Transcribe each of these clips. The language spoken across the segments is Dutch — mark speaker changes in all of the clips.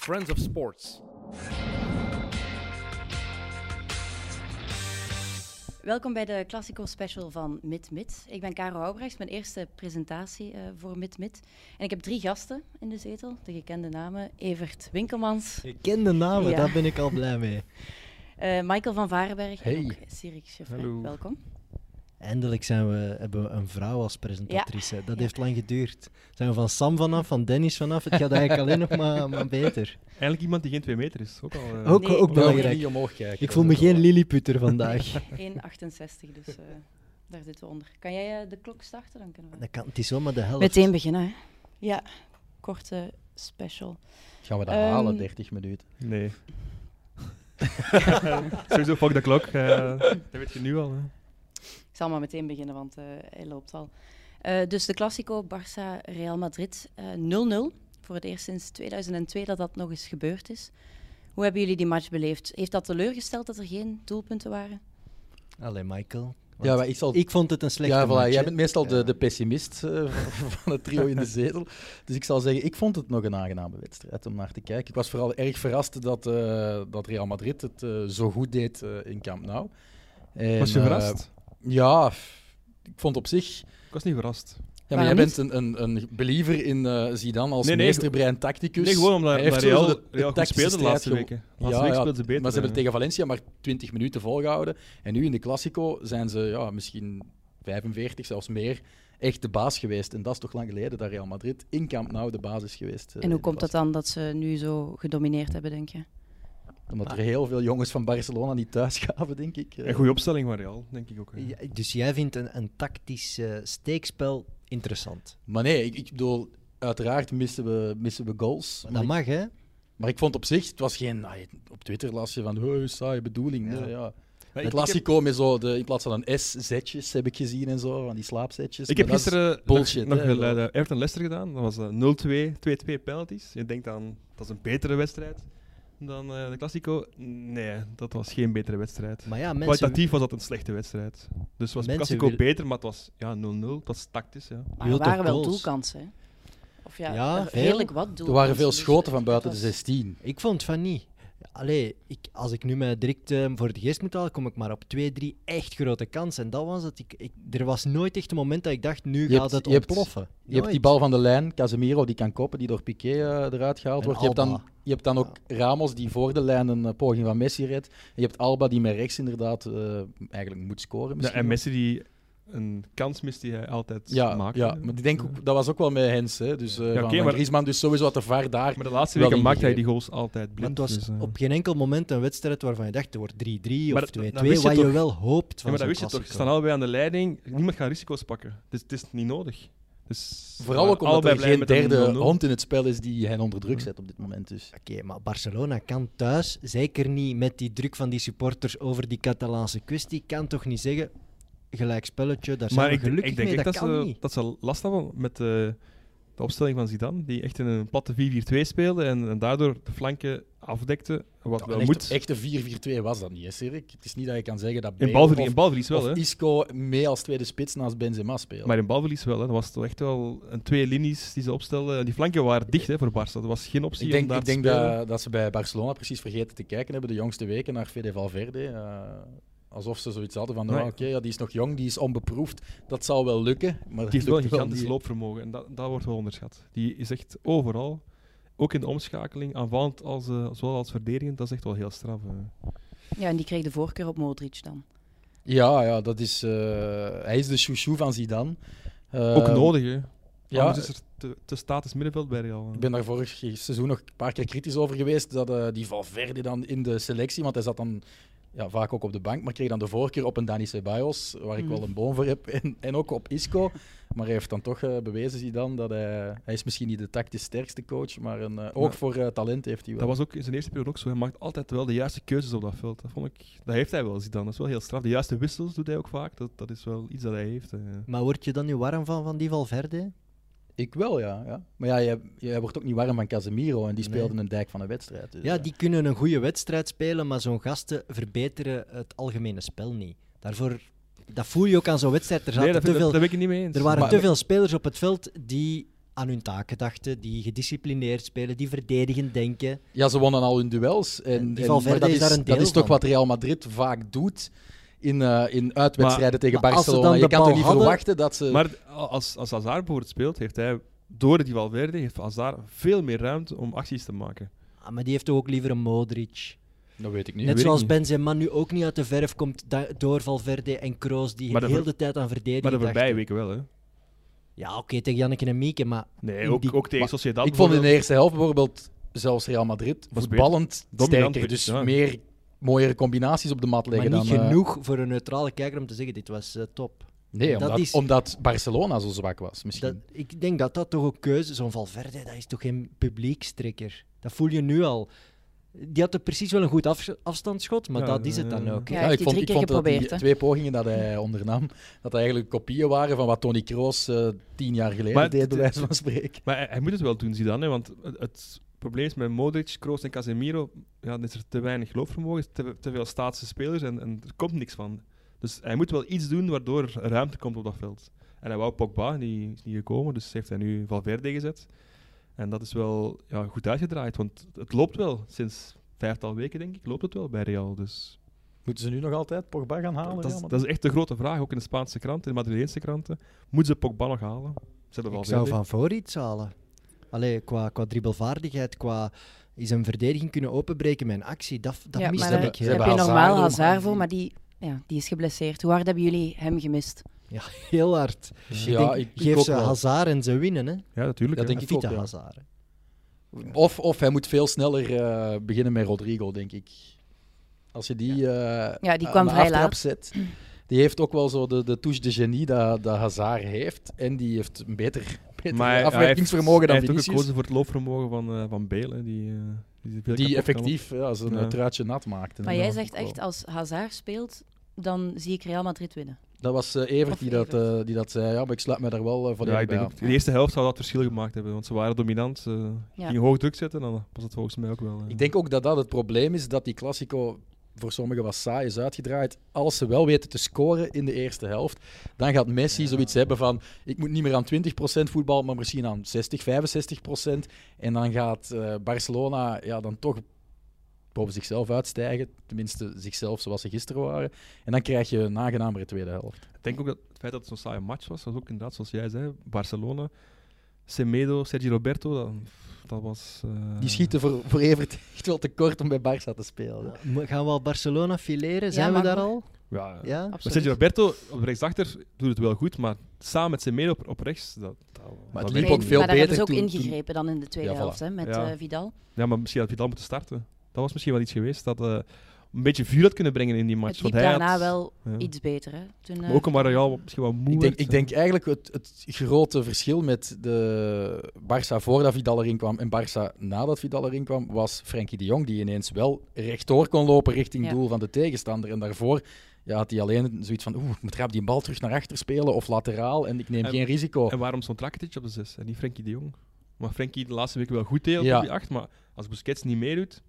Speaker 1: Friends of Sports.
Speaker 2: Welkom bij de Classico Special van MidMid. Ik ben Karel Houbrechts, mijn eerste presentatie eh, voor MidMid. En ik heb drie gasten in de zetel, de gekende namen. Evert Winkelmans,
Speaker 3: Je kent de namen,
Speaker 2: Ja.
Speaker 3: daar ben ik al blij mee.
Speaker 2: eh, Michael van Varenberg
Speaker 1: Hey.
Speaker 2: en ook Sirik Chauffeur.
Speaker 1: Hallo.
Speaker 2: Welkom.
Speaker 3: Eindelijk zijn we, hebben we een vrouw als presentatrice. Dat
Speaker 2: Ja.
Speaker 3: heeft lang geduurd. Zijn we van Sam vanaf, van Dennis vanaf. Het gaat eigenlijk alleen nog maar, maar beter.
Speaker 4: Eigenlijk iemand die geen 2 meter is. Ook al, eh,
Speaker 3: Ook,
Speaker 2: Nee.
Speaker 3: ook
Speaker 1: We mogen
Speaker 3: belangrijk.
Speaker 1: niet omhoog kijken.
Speaker 3: Ik voel me geen lilliputter vandaag.
Speaker 2: 1,68, dus eh, daar zitten we onder. Kan jij eh, de klok starten? Dan kunnen we
Speaker 3: Dat kan, het is zomaar de helft.
Speaker 2: meteen beginnen. Hè? Ja, korte special.
Speaker 1: Gaan we dat
Speaker 2: Ehm,
Speaker 1: halen, 30 minuten?
Speaker 4: Nee. Sowieso fuck de klok. eh, dat weet je nu al. Hè.
Speaker 2: Ik zal maar meteen beginnen, want eh, hij loopt al. Eh, dus de Classico Barça-Real Madrid eh, 0-0. Voor het eerst sinds 2002 dat dat nog eens gebeurd is. Hoe hebben jullie die match beleefd? Heeft dat teleurgesteld dat er geen doelpunten waren?
Speaker 3: Allee, Michael. Want
Speaker 1: Ja, maar ik zal...
Speaker 3: ik vond het een slechte
Speaker 1: ja, voilà,
Speaker 3: match,
Speaker 1: jij
Speaker 3: hè.
Speaker 1: bent meestal de,
Speaker 3: Ja.
Speaker 1: de pessimist eh, van- van het trio in de zetel. Dus ik zal zeggen, ik vond het nog een aangename wedstrijd om naar te kijken. Ik was vooral erg verrast dat, eh, dat Real Madrid het eh, zo goed deed eh, in Camp Nou. En,
Speaker 4: Was je
Speaker 1: eh,
Speaker 4: verrast?
Speaker 1: ja, f- ik vond op zich...
Speaker 4: Ik was niet verrast.
Speaker 1: Ja, maar jij
Speaker 2: Waarom
Speaker 1: bent een, een, een believer in eh Zidane als
Speaker 4: Nee, nee,
Speaker 1: meesterbrein tacticus.
Speaker 4: Nee, gewoon omdat,
Speaker 1: Hij heeft
Speaker 4: omdat Real,
Speaker 1: sowieso de
Speaker 4: Real goed
Speaker 1: tactische
Speaker 4: speelde de laatste
Speaker 1: strijd
Speaker 4: weken.
Speaker 1: gewo-
Speaker 4: Laatste week
Speaker 1: ja,
Speaker 4: speelden ze beter.
Speaker 1: maar ze hebben
Speaker 4: eh.
Speaker 1: tegen Valencia maar 20 minuten volgehouden. En nu in de Classico zijn ze ja, misschien 45, zelfs meer, echt de baas geweest. En dat is toch lang geleden dat Real Madrid in Camp Nou de baas is geweest. eh,
Speaker 2: en hoe
Speaker 1: in de
Speaker 2: komt dat dan dat ze nu zo gedomineerd hebben, denk je?
Speaker 1: Classico. Omdat er heel veel jongens van Barcelona niet thuis gaven, denk ik. Eh,
Speaker 4: Een goede opstelling van Real, denk ik ook. hè.
Speaker 3: Ja, dus jij vindt een, een tactisch eh, steekspel interessant.
Speaker 1: Maar nee, ik, ik bedoel, uiteraard missen we, missen we goals.
Speaker 3: Dat
Speaker 1: ik-
Speaker 3: mag, hè?
Speaker 1: Maar ik vond op zich, het was geen. ah, je- Op Twitter las je van. Hey, saaie bedoeling. Nee,
Speaker 3: Ja.
Speaker 1: ja.
Speaker 4: Maar
Speaker 1: Een
Speaker 4: ik- ik heb-
Speaker 1: Classico met zo. De, in plaats van een S, zetjes heb ik gezien en zo. Van die slaapzetjes.
Speaker 4: Ik heb
Speaker 1: Maar dat is-
Speaker 4: gisteren
Speaker 1: bullshit,
Speaker 4: nog, nog
Speaker 1: hè,
Speaker 4: wel,
Speaker 1: wel.
Speaker 4: eh, Everton Leicester gedaan. Dat was eh, 0-2, 2-2 penalties. Je denkt dan, dat is een betere wedstrijd dan eh, de Classico. Nee, dat was geen betere wedstrijd.
Speaker 3: Maar ja, mensen,
Speaker 4: Kwalitatief was dat een slechte wedstrijd. Dus was
Speaker 3: Mensen
Speaker 4: de Classico
Speaker 3: willen-
Speaker 4: beter, maar het was ja, 0-0. Dat was tactisch. Ja.
Speaker 2: Maar
Speaker 3: Wilt
Speaker 2: er
Speaker 3: toch
Speaker 2: waren wel
Speaker 3: goals?
Speaker 2: doelkansen. hè? Of ja,
Speaker 3: Ja,
Speaker 2: er-
Speaker 3: veel.
Speaker 2: redelijk wat doelkansen.
Speaker 1: er waren veel
Speaker 2: dus
Speaker 1: schoten van
Speaker 2: het
Speaker 1: buiten de
Speaker 2: was-
Speaker 1: 16.
Speaker 3: ik vond van niet. Allee, ik, als ik nu mij direct eh, voor de geest moet halen, kom ik maar op twee, drie echt grote kansen. En dat was het. Ik, ik, er was nooit echt een moment dat ik dacht, nu
Speaker 1: Je
Speaker 3: gaat
Speaker 1: hebt-
Speaker 3: het
Speaker 1: je hebt-
Speaker 3: ontploffen.
Speaker 1: Je hebt die bal van de lijn, Casemiro die kan koppen, die door Piqué eh, eruit gehaald
Speaker 3: En
Speaker 1: wordt. Je hebt,
Speaker 3: Alba.
Speaker 1: dan, je hebt dan ook Ramos die voor de lijn een eh, poging van Messi redt. En je hebt Alba die met rechts inderdaad eh, eigenlijk moet scoren.
Speaker 4: Ja,
Speaker 1: Misschien
Speaker 4: en
Speaker 1: wel.
Speaker 4: Messi die een kans mist die hij altijd
Speaker 1: Ja,
Speaker 4: maakt.
Speaker 1: ja, maar ik denk ook, dat was ook wel met Hens. Hè. Dus eh
Speaker 4: oké,
Speaker 1: van, van
Speaker 4: maar-
Speaker 1: Griezmann, dus sowieso had de VAR daar.
Speaker 4: Maar de laatste
Speaker 1: Wel
Speaker 4: weken maakt hij
Speaker 1: ingegrepen.
Speaker 4: die goals altijd
Speaker 3: Maar het
Speaker 4: blind.
Speaker 3: was
Speaker 4: dus, eh.
Speaker 3: op geen enkel moment een wedstrijd waarvan je dacht, het wordt 3-3
Speaker 4: Maar
Speaker 3: of 2-2.
Speaker 4: dat- dat
Speaker 3: wat
Speaker 4: wist je
Speaker 3: je
Speaker 4: toch?
Speaker 3: wel hoopt
Speaker 4: Ja,
Speaker 3: van
Speaker 4: maar dat
Speaker 3: zo'n
Speaker 4: wist je toch? Ze
Speaker 3: klassieker.
Speaker 4: staan allebei aan de leiding. Niemand gaat risico's pakken. Dus het is niet nodig. Dus
Speaker 1: Vooral
Speaker 4: maar
Speaker 1: ook omdat
Speaker 4: allebei
Speaker 1: er
Speaker 4: blij
Speaker 1: geen
Speaker 4: met een
Speaker 1: derde
Speaker 4: 0-0.
Speaker 1: hond in het spel is die hen onder druk zet op dit moment. Dus.
Speaker 3: Oké, maar Barcelona kan thuis, zeker niet met die druk van die supporters over die Catalaanse kwestie, kan toch niet zeggen, gelijk spelletje, daar zijn
Speaker 4: Maar
Speaker 3: we
Speaker 4: ik,
Speaker 3: gelukkig
Speaker 4: ik denk
Speaker 3: mee,
Speaker 4: echt
Speaker 3: dat,
Speaker 4: dat,
Speaker 3: kan
Speaker 4: ze,
Speaker 3: niet.
Speaker 4: dat ze last hadden met eh, de opstelling van Zidane. Die echt in een platte 4-4-2 speelde en, en daardoor de flanken afdekte. Wat
Speaker 1: Ja,
Speaker 4: wel
Speaker 1: een
Speaker 4: moet.
Speaker 1: echte, echte 4-4-2 was dat niet, hè, Cedric? Het is niet dat je kan zeggen dat
Speaker 4: in
Speaker 1: Bale
Speaker 4: balverlies, in
Speaker 1: of,
Speaker 4: balverlies wel,
Speaker 1: of
Speaker 4: hè?
Speaker 1: Isco mee als tweede spits naast Benzema speelt.
Speaker 4: Maar in balverlies wel, hè. Dat was toch echt wel een twee linies die ze opstelden. En die flanken waren dicht hè, voor Barca. Dat was geen optie
Speaker 1: ik
Speaker 4: om
Speaker 1: denk,
Speaker 4: daar
Speaker 1: ik
Speaker 4: te
Speaker 1: denk
Speaker 4: spelen.
Speaker 1: dat, dat ze bij Barcelona precies vergeten te kijken hebben de jongste weken naar Fede Valverde. eh, alsof ze zoiets hadden van, nou,
Speaker 4: Nee.
Speaker 1: oké, ja, die is nog jong, die is onbeproefd. Dat zal wel lukken. Maar dat
Speaker 4: Die heeft wel een
Speaker 1: lukt wel
Speaker 4: gigantisch
Speaker 1: niet.
Speaker 4: loopvermogen en dat, dat wordt wel onderschat. Die is echt overal, ook in de omschakeling, aanvallend als, eh, zowel als verdedigend, dat is echt wel heel straf. eh.
Speaker 2: Ja, en die kreeg de voorkeur op Modric dan.
Speaker 1: Ja, ja dat is, eh, hij is de chouchou van Zidane. Eh,
Speaker 4: ook nodig, hè.
Speaker 1: ja,
Speaker 4: Anders is er te, te statisch middenveld bij Real. hè.
Speaker 1: Ik ben daar vorig seizoen nog een paar keer kritisch over geweest. Dat eh, die Valverde dan in de selectie, want hij zat dan ja, vaak ook op de bank, maar kreeg dan de voorkeur op een Dani Ceballos, waar ik
Speaker 2: Mhm.
Speaker 1: wel een boom voor heb, en, en ook op Isco. Maar hij heeft dan toch eh, bewezen hij dan dat hij, hij is misschien niet de tactisch sterkste coach, maar een, eh, ook
Speaker 4: Ja.
Speaker 1: voor eh, talent heeft hij wel.
Speaker 4: Dat was ook in zijn eerste periode ook zo. Hij maakt altijd wel de juiste keuzes op dat veld. Dat, vond ik, dat heeft hij wel, Zidane. Dat is wel heel straf. De juiste wissels doet hij ook vaak. Dat, dat is wel iets dat hij heeft. eh.
Speaker 3: Maar word je dan nu warm van, van die Valverde?
Speaker 1: Ik wel, ja. ja. Maar ja, jij, jij wordt ook niet warm van Casemiro en die
Speaker 3: Nee.
Speaker 1: speelde een dijk van een wedstrijd. dus,
Speaker 3: Ja,
Speaker 1: eh.
Speaker 3: die kunnen een goede wedstrijd spelen, maar zo'n gasten verbeteren het algemene spel niet. Daarvoor, dat voel je ook aan zo'n wedstrijd. Er,
Speaker 4: Nee,
Speaker 3: zaten
Speaker 4: dat,
Speaker 3: te
Speaker 4: dat,
Speaker 3: veel,
Speaker 4: dat ben ik het niet mee eens.
Speaker 3: er waren
Speaker 1: Maar-
Speaker 3: te veel spelers op het veld die aan hun taken dachten, die gedisciplineerd spelen, die verdedigend denken.
Speaker 1: Ja, ze wonnen al hun duels. En,
Speaker 3: En die
Speaker 1: en-
Speaker 3: Valverde
Speaker 1: maar dat
Speaker 3: is
Speaker 1: is,
Speaker 3: daar een
Speaker 1: dat
Speaker 3: deel
Speaker 1: is toch
Speaker 3: van.
Speaker 1: wat Real Madrid vaak doet in, eh, in uitwedstrijden tegen
Speaker 3: maar als ze
Speaker 1: Barcelona.
Speaker 3: dan
Speaker 1: Je
Speaker 3: de
Speaker 1: kan toch
Speaker 3: bal
Speaker 1: niet
Speaker 3: hadden-
Speaker 1: verwachten dat ze...
Speaker 4: Maar als, als Hazard bijvoorbeeld speelt, heeft hij door die Valverde heeft Hazard veel meer ruimte om acties te maken.
Speaker 3: Ah, maar die heeft toch ook liever een Modric.
Speaker 1: dat Nou, weet ik niet.
Speaker 4: niet. weet
Speaker 3: Net
Speaker 4: ik
Speaker 3: zoals Benzema nu ook niet uit de verf komt da- door Valverde en Kroos, die
Speaker 4: Maar de
Speaker 3: heel
Speaker 4: voor-
Speaker 3: de tijd aan verdediging
Speaker 4: Maar de voorbije
Speaker 3: dachten.
Speaker 4: weken wel, hè?
Speaker 3: Ja, oké, tegen Janneke en Mieke, maar
Speaker 4: Nee,
Speaker 3: In
Speaker 4: ook,
Speaker 3: die-
Speaker 4: ook tegen
Speaker 1: maar
Speaker 4: Sociedad.
Speaker 1: ik vond in de
Speaker 4: bijvoorbeeld.
Speaker 1: eerste helft bijvoorbeeld zelfs Real Madrid
Speaker 4: beter.
Speaker 1: voetballend
Speaker 4: Dominant
Speaker 1: sterker.
Speaker 4: werd,
Speaker 1: Dus
Speaker 4: ja.
Speaker 1: meer mooiere combinaties op de mat leggen
Speaker 3: maar niet
Speaker 1: dan... eh,
Speaker 3: genoeg voor een neutrale kijker om te zeggen: dit was eh, top.
Speaker 1: nee,
Speaker 3: Dat
Speaker 1: omdat,
Speaker 3: is-
Speaker 1: omdat Barcelona zo zwak was misschien.
Speaker 3: Dat, ik denk dat dat toch ook keuze Zo'n Valverde, dat is toch geen publiekstrekker? Dat voel je nu al. Die had er precies wel een goed afs- afstandsschot, maar
Speaker 4: Ja,
Speaker 3: dat is het dan
Speaker 4: eh,
Speaker 3: ook.
Speaker 2: Ja, hij heeft die drie keer
Speaker 1: dat die
Speaker 2: geprobeerd, hè.
Speaker 1: twee pogingen dat hij ondernam, dat dat eigenlijk kopieën waren van wat Tony Kroos eh, tien jaar geleden
Speaker 4: Maar
Speaker 1: deed,
Speaker 4: het-
Speaker 1: bij wijze van spreken.
Speaker 4: Maar hij, hij moet het wel doen, Zidane, hè, want het, het probleem is met Modric, Kroos en Casemiro, ja, dan is er te weinig loopvermogen, te, te veel staatse spelers en, en er komt niks van. Dus hij moet wel iets doen waardoor er ruimte komt op dat veld. En hij wou Pogba, en die is niet gekomen, dus heeft hij nu Valverde gezet. En dat is wel ja, goed uitgedraaid, want het loopt wel. Sinds vijftal weken, denk ik, loopt het wel bij Real. Dus
Speaker 1: Moeten ze nu nog altijd Pogba gaan halen?
Speaker 4: dat, is,
Speaker 1: Ja, maar-
Speaker 4: dat is echt de grote vraag, ook in de Spaanse kranten, in de Madrileense kranten. Moeten ze Pogba nog halen? Zelfs
Speaker 3: Ik
Speaker 4: Valverde.
Speaker 3: zou van voor iets halen. Allee, qua, qua dribbelvaardigheid, qua is een verdediging kunnen openbreken met een actie, dat, dat
Speaker 2: ja,
Speaker 3: miste
Speaker 2: maar eh,
Speaker 1: hebben-
Speaker 2: daar
Speaker 3: ik
Speaker 1: ze
Speaker 2: daar
Speaker 1: hebben
Speaker 2: heb
Speaker 3: heel,
Speaker 2: je
Speaker 1: Hazard
Speaker 2: normaal
Speaker 1: ook.
Speaker 2: Hazard voor, maar die, ja, die is geblesseerd. Hoe hard hebben jullie hem gemist?
Speaker 3: heel hard. Ik
Speaker 1: ja,
Speaker 3: denk,
Speaker 1: ik, ik
Speaker 3: geef
Speaker 1: ook
Speaker 3: ze
Speaker 1: wel.
Speaker 3: Hazard en ze winnen, hè?
Speaker 4: Ja, natuurlijk.
Speaker 1: Ja,
Speaker 4: hè.
Speaker 1: denk ik
Speaker 3: Vita
Speaker 1: ook, ja.
Speaker 3: Hazard. hè.
Speaker 1: Of, of hij moet veel sneller eh, beginnen met Rodrigo, denk ik. Als je die, eh,
Speaker 2: Ja, die
Speaker 1: aan
Speaker 2: kwam
Speaker 1: de
Speaker 2: vrij
Speaker 1: aftrap
Speaker 2: laat.
Speaker 1: zet, die heeft ook wel zo de, de touche de genie dat, dat Hazard heeft. En die heeft een beter, beter
Speaker 4: Maar hij-
Speaker 1: afwerkingsvermogen
Speaker 4: hij
Speaker 1: dan
Speaker 4: heeft, hij heeft
Speaker 1: Vinicius.
Speaker 4: ook gekozen voor het loopvermogen van, eh, van Bale. hè, Die, eh, die, veel kapot
Speaker 1: Die
Speaker 4: kan
Speaker 1: effectief ja, zijn
Speaker 4: Ja.
Speaker 1: eh, truitje nat maakte. Oh.
Speaker 2: Maar
Speaker 1: Ja.
Speaker 2: jij zegt
Speaker 4: ook wel.
Speaker 2: echt, als Hazard speelt, dan zie ik Real Madrid winnen.
Speaker 1: Dat was eh, Evert,
Speaker 2: Of
Speaker 1: die, dat,
Speaker 2: Evert.
Speaker 1: eh, die dat zei. Ja, maar ik sluit me daar wel eh,
Speaker 4: ja,
Speaker 1: volledig
Speaker 4: ik
Speaker 1: bij
Speaker 4: denk
Speaker 1: aan.
Speaker 4: ook- de eerste helft zou dat verschil gemaakt hebben, want ze waren dominant. Ze
Speaker 2: Ja.
Speaker 4: gingen hoog druk zetten, dan was het volgens mij ook wel. eh.
Speaker 1: Ik denk ook dat dat het probleem is, dat die Classico voor sommigen was saai is uitgedraaid. Als ze wel weten te scoren in de eerste helft, dan gaat Messi zoiets hebben van ik moet niet meer aan 20% voetbal, maar misschien aan 60, 65%. En dan gaat eh, Barcelona ja, dan toch boven zichzelf uitstijgen. Tenminste, zichzelf zoals ze gisteren waren. En dan krijg je een nagenamere tweede helft.
Speaker 4: Ik denk ook dat het feit dat het zo'n saaie match was, was ook inderdaad, zoals jij zei, Barcelona, Semedo, Sergio Roberto, dat, dat was... eh,
Speaker 1: Die schieten voor, voor Evert echt wel tekort om bij Barça te spelen.
Speaker 3: Mo- Gaan we al Barcelona fileren? Zijn we
Speaker 2: mag
Speaker 3: daar
Speaker 2: wel.
Speaker 3: al?
Speaker 4: Ja, ja.
Speaker 3: Ja?
Speaker 4: Maar Sergio
Speaker 2: Absoluut.
Speaker 4: Roberto op rechtsachter doet het wel goed, maar samen met Semedo op, op rechts, dat, dat- dat
Speaker 1: het
Speaker 4: weet
Speaker 1: liep
Speaker 4: ik
Speaker 1: ook
Speaker 4: niet.
Speaker 1: veel
Speaker 2: maar daar hebben ze ook
Speaker 1: beter toen- toen-
Speaker 2: ingegrepen dan in de tweede
Speaker 1: Ja, voilà.
Speaker 2: helft hè, met
Speaker 4: Ja.
Speaker 2: eh, Vidal.
Speaker 4: Ja, maar misschien had Vidal moeten starten. Dat was misschien wel iets geweest dat eh, een beetje vuur had kunnen brengen in die match.
Speaker 2: het liep
Speaker 4: want hij
Speaker 2: daarna
Speaker 4: had-
Speaker 2: wel
Speaker 4: ja.
Speaker 2: iets beter. Hè, toen,
Speaker 4: Maar
Speaker 2: eh,
Speaker 4: ook een Marial misschien wel moe.
Speaker 1: Ik denk,
Speaker 4: werd,
Speaker 1: ik denk eigenlijk het, het grote verschil met de Barça voordat Vidal erin kwam en Barça nadat Vidal erin kwam, was Frenkie de Jong, die ineens wel rechtdoor kon lopen richting
Speaker 2: Ja.
Speaker 1: doel van de tegenstander. En daarvoor ja, had hij alleen zoiets van, oeh, ik moet rap die bal terug naar achter spelen of lateraal en ik neem
Speaker 4: En-
Speaker 1: geen risico.
Speaker 4: En waarom stond Rakitic op de 6 en niet Frenkie de Jong? Maar Frenkie de laatste week wel goed deed op
Speaker 1: Ja.
Speaker 4: die 8, maar als Busquets niet meedoet,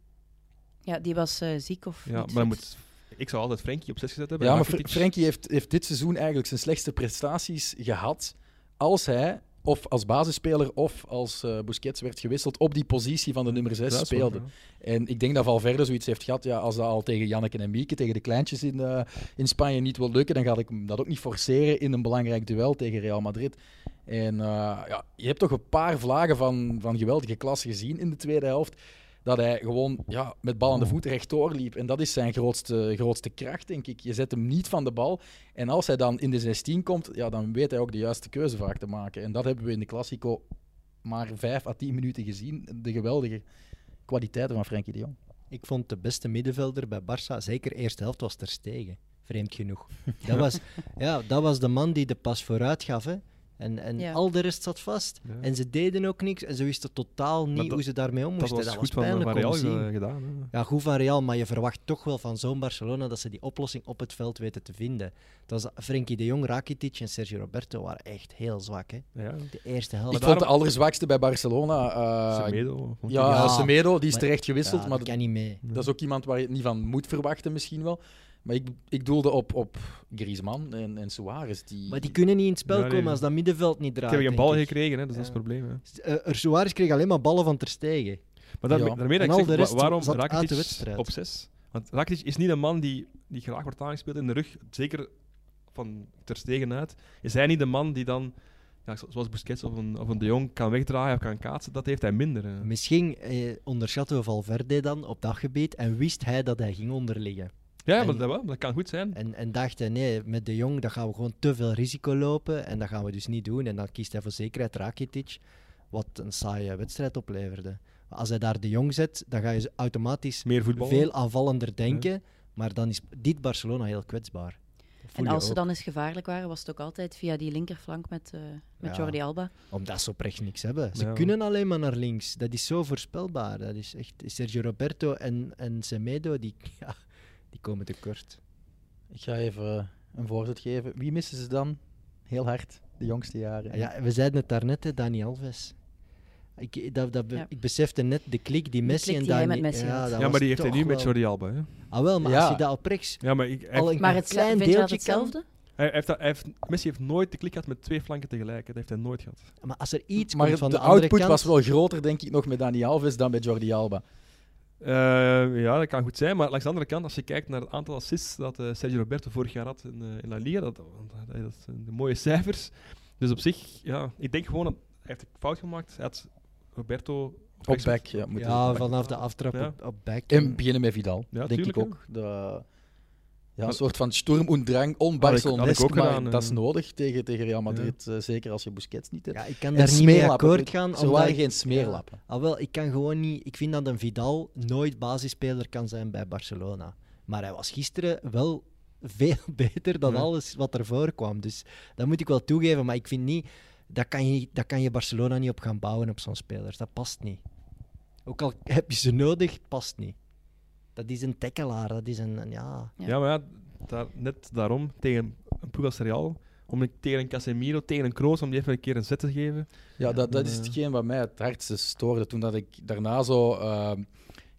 Speaker 2: Ja, die was eh, ziek of
Speaker 4: ja,
Speaker 2: niet
Speaker 4: maar dan
Speaker 2: fit.
Speaker 4: moet, ik zou altijd Frenkie op 6 gezet hebben.
Speaker 1: Ja,
Speaker 4: en
Speaker 1: maar Fr-
Speaker 4: Rakitic-
Speaker 1: Frenkie heeft, heeft dit seizoen eigenlijk zijn slechtste prestaties gehad als hij of als basisspeler of als eh, Busquets werd gewisseld op die positie van de nummer 6
Speaker 4: Ja, dat is waar,
Speaker 1: speelde.
Speaker 4: ja.
Speaker 1: En ik denk dat Valverde zoiets heeft gehad. Ja, als dat al tegen Janneke en Mieke, tegen de kleintjes in, eh, in Spanje niet wil lukken, dan ga ik hem dat ook niet forceren in een belangrijk duel tegen Real Madrid. En eh, ja, je hebt toch een paar vlagen van, van geweldige klasse gezien in de tweede helft. Dat hij gewoon ja, met bal aan
Speaker 4: Oh.
Speaker 1: de voet rechtdoor liep. En dat is zijn grootste, grootste kracht, denk ik. Je zet hem niet van de bal. En als hij dan in de 16 komt, ja, dan weet hij ook de juiste keuze vaak te maken. En dat hebben we in de Classico maar 5 à 10 minuten gezien. De geweldige kwaliteiten van Frenkie de Jong.
Speaker 3: Ik vond de beste middenvelder bij Barça, zeker eerste helft, was Ter Stegen. Vreemd genoeg. Dat was, ja, dat was de man die de pas vooruit gaf. Hè. En, en
Speaker 2: Ja.
Speaker 3: al de rest zat vast.
Speaker 4: Ja.
Speaker 3: En ze deden ook niks. En ze wisten totaal niet
Speaker 4: dat-
Speaker 3: hoe ze daarmee om
Speaker 4: Dat
Speaker 3: moesten.
Speaker 4: was
Speaker 3: Dat was,
Speaker 4: goed van
Speaker 3: pijnlijk
Speaker 4: Marial
Speaker 3: om te zien.
Speaker 4: gedaan. hè.
Speaker 3: Ja, goed van Real, maar je verwacht toch wel van zo'n Barcelona dat ze die oplossing op het veld weten te vinden. Dat was Frenkie de Jong, Rakitic en Sergio Roberto waren echt heel zwak. Hè.
Speaker 4: Ja,
Speaker 3: De eerste helft.
Speaker 1: ik
Speaker 4: daarom-
Speaker 1: vond de allerzwakste bij Barcelona. eh,
Speaker 4: Semedo. vond ik
Speaker 1: Ja,
Speaker 3: Ja.
Speaker 1: Semedo, die is
Speaker 3: Maar-
Speaker 1: terecht gewisseld.
Speaker 3: Ja,
Speaker 1: maar
Speaker 3: dat
Speaker 1: dat,
Speaker 3: kan niet mee.
Speaker 1: dat is ook iemand waar je het niet van moet verwachten, misschien wel. Maar ik, ik doelde op, op Griezmann en, en Suarez. Die,
Speaker 3: Maar die kunnen niet in het spel
Speaker 4: Ja, nee.
Speaker 3: komen als dat middenveld niet draait.
Speaker 4: Ik heb geen
Speaker 3: denk
Speaker 4: bal
Speaker 3: ik.
Speaker 4: gekregen, hè, dus dat is
Speaker 3: Ja.
Speaker 4: het probleem. Hè.
Speaker 3: Eh, er- Suarez kreeg alleen maar ballen van Ter Stegen.
Speaker 4: Maar daarmee,
Speaker 1: Ja.
Speaker 4: daarmee dat
Speaker 3: En
Speaker 4: ik
Speaker 3: al
Speaker 4: zeg,
Speaker 3: de
Speaker 4: wa-
Speaker 3: rest
Speaker 4: waarom
Speaker 3: zat uit de
Speaker 4: Rakitic
Speaker 3: wedstrijd.
Speaker 4: op 6? Want Rakitic is niet een man die, die graag wordt aangespeeld in de rug. Zeker van ter stegen uit. Is hij niet de man die dan, ja, zo- zoals Busquets of een, of een De Jong, kan wegdraaien of kan kaatsen? Dat heeft hij minder. hè.
Speaker 3: Misschien eh, onderschatten we Valverde dan op dat gebied en wist hij dat hij ging onderliggen.
Speaker 4: Ja,
Speaker 3: en-
Speaker 4: maar dat, wel, dat kan goed zijn.
Speaker 3: En, en dacht hij, nee, met De Jong dat gaan we gewoon te veel risico lopen en dat gaan we dus niet doen. En dan kiest hij voor zekerheid Rakitic, wat een saaie wedstrijd opleverde. Maar als hij daar De Jong zet, dan ga je automatisch
Speaker 4: Meer voetbal.
Speaker 3: veel aanvallender denken. Maar dan is dit Barcelona heel kwetsbaar. Dat voel
Speaker 2: En
Speaker 3: je
Speaker 2: als ze
Speaker 3: ook.
Speaker 2: dan eens gevaarlijk waren, was het ook altijd via die linkerflank met, eh, met
Speaker 3: Ja.
Speaker 2: Jordi Alba.
Speaker 3: Omdat ze oprecht niks hebben. Ze
Speaker 4: Ja.
Speaker 3: kunnen alleen maar naar links. Dat is zo voorspelbaar. Dat is echt Sergio Roberto en, en Semedo, die, ja, die komen tekort.
Speaker 1: Ik ga even eh, een voorzet geven. Wie missen ze dan? Heel hard, de jongste jaren.
Speaker 3: Ja, we zeiden het daarnet, hè, Dani Alves. Ik, dat, dat, be-
Speaker 2: Ja.
Speaker 3: ik besefte net de klik die
Speaker 2: De
Speaker 3: Messi
Speaker 2: klik
Speaker 3: en
Speaker 2: die hij
Speaker 3: Dani...
Speaker 2: met Messi had.
Speaker 3: dat
Speaker 4: ja, maar
Speaker 3: was
Speaker 4: die heeft hij
Speaker 3: toch
Speaker 4: nu met
Speaker 3: wel-
Speaker 4: Jordi Alba. Hè.
Speaker 3: Ah wel, maar als
Speaker 1: Ja.
Speaker 3: je dat oprechts
Speaker 4: Ja, maar ik, hij,
Speaker 3: al een
Speaker 2: Maar het,
Speaker 3: klein
Speaker 2: vind je dat
Speaker 3: deeltje kan...
Speaker 2: hetzelfde?
Speaker 4: hij heeft, dat- hij heeft- Messi heeft nooit de klik gehad met twee flanken tegelijk. hè. Dat heeft hij nooit gehad.
Speaker 3: Maar als er iets
Speaker 1: maar
Speaker 3: komt van
Speaker 1: de,
Speaker 3: de, andere
Speaker 1: output
Speaker 3: kant...
Speaker 1: was wel groter, denk ik, nog met Dani Alves dan bij Jordi Alba.
Speaker 4: Eh, ja, dat kan goed zijn. Maar langs de andere kant, als je kijkt naar het aantal assists dat eh, Sergio Roberto vorig jaar had in, eh, in La Liga, dat, dat, dat zijn de mooie cijfers. Dus op zich, ja, ik denk gewoon dat hij heeft een fout gemaakt. Hij had Roberto
Speaker 1: Op
Speaker 4: rechts-
Speaker 1: back, ja. moeten
Speaker 3: Ja,
Speaker 1: ze-
Speaker 3: vanaf de aftrap
Speaker 4: Ja.
Speaker 3: op, op back.
Speaker 1: En beginnen met Vidal,
Speaker 4: Ja,
Speaker 1: denk
Speaker 4: tuurlijk,
Speaker 1: ik ook. De, ja,
Speaker 4: Maar-
Speaker 1: een soort van Sturm und Drang,
Speaker 4: Had ik- had ik
Speaker 1: on-Barcelonesk,
Speaker 4: ook
Speaker 1: maar
Speaker 4: gedaan,
Speaker 1: dat is
Speaker 4: eh.
Speaker 1: nodig tegen, tegen Real Madrid. eh, zeker als je Busquets niet hebt.
Speaker 3: Ja, ik kan
Speaker 1: En
Speaker 3: daar niet mee
Speaker 1: smeerlappen,
Speaker 3: akkoord
Speaker 1: weet-
Speaker 3: gaan.
Speaker 1: Ze
Speaker 3: omdat
Speaker 1: waren
Speaker 3: ik-
Speaker 1: geen smeerlappen.
Speaker 3: Ah, wel, ik kan gewoon niet. Ik vind dat een Vidal nooit basisspeler kan zijn bij Barcelona. Maar hij was gisteren wel veel beter dan
Speaker 4: Ja.
Speaker 3: alles wat ervoor kwam. Dus dat moet ik wel toegeven. Maar ik vind niet. Dat kan je, dat kan je Barcelona niet op gaan bouwen op zo'n speler. Dat past niet. Ook al heb je ze nodig, het past niet. Dat is een tackelaar. Dat is een. een- ja.
Speaker 4: Ja,
Speaker 2: Ja.
Speaker 4: maar ja, daar- net daarom, tegen een ploeg als Real, om een- tegen een Casemiro, tegen een Kroos, om die even een keer een zet te geven.
Speaker 1: Ja, dat, dat is
Speaker 4: eh.
Speaker 1: hetgeen wat mij het hardste stoorde. Toen dat ik daarna zo ehm,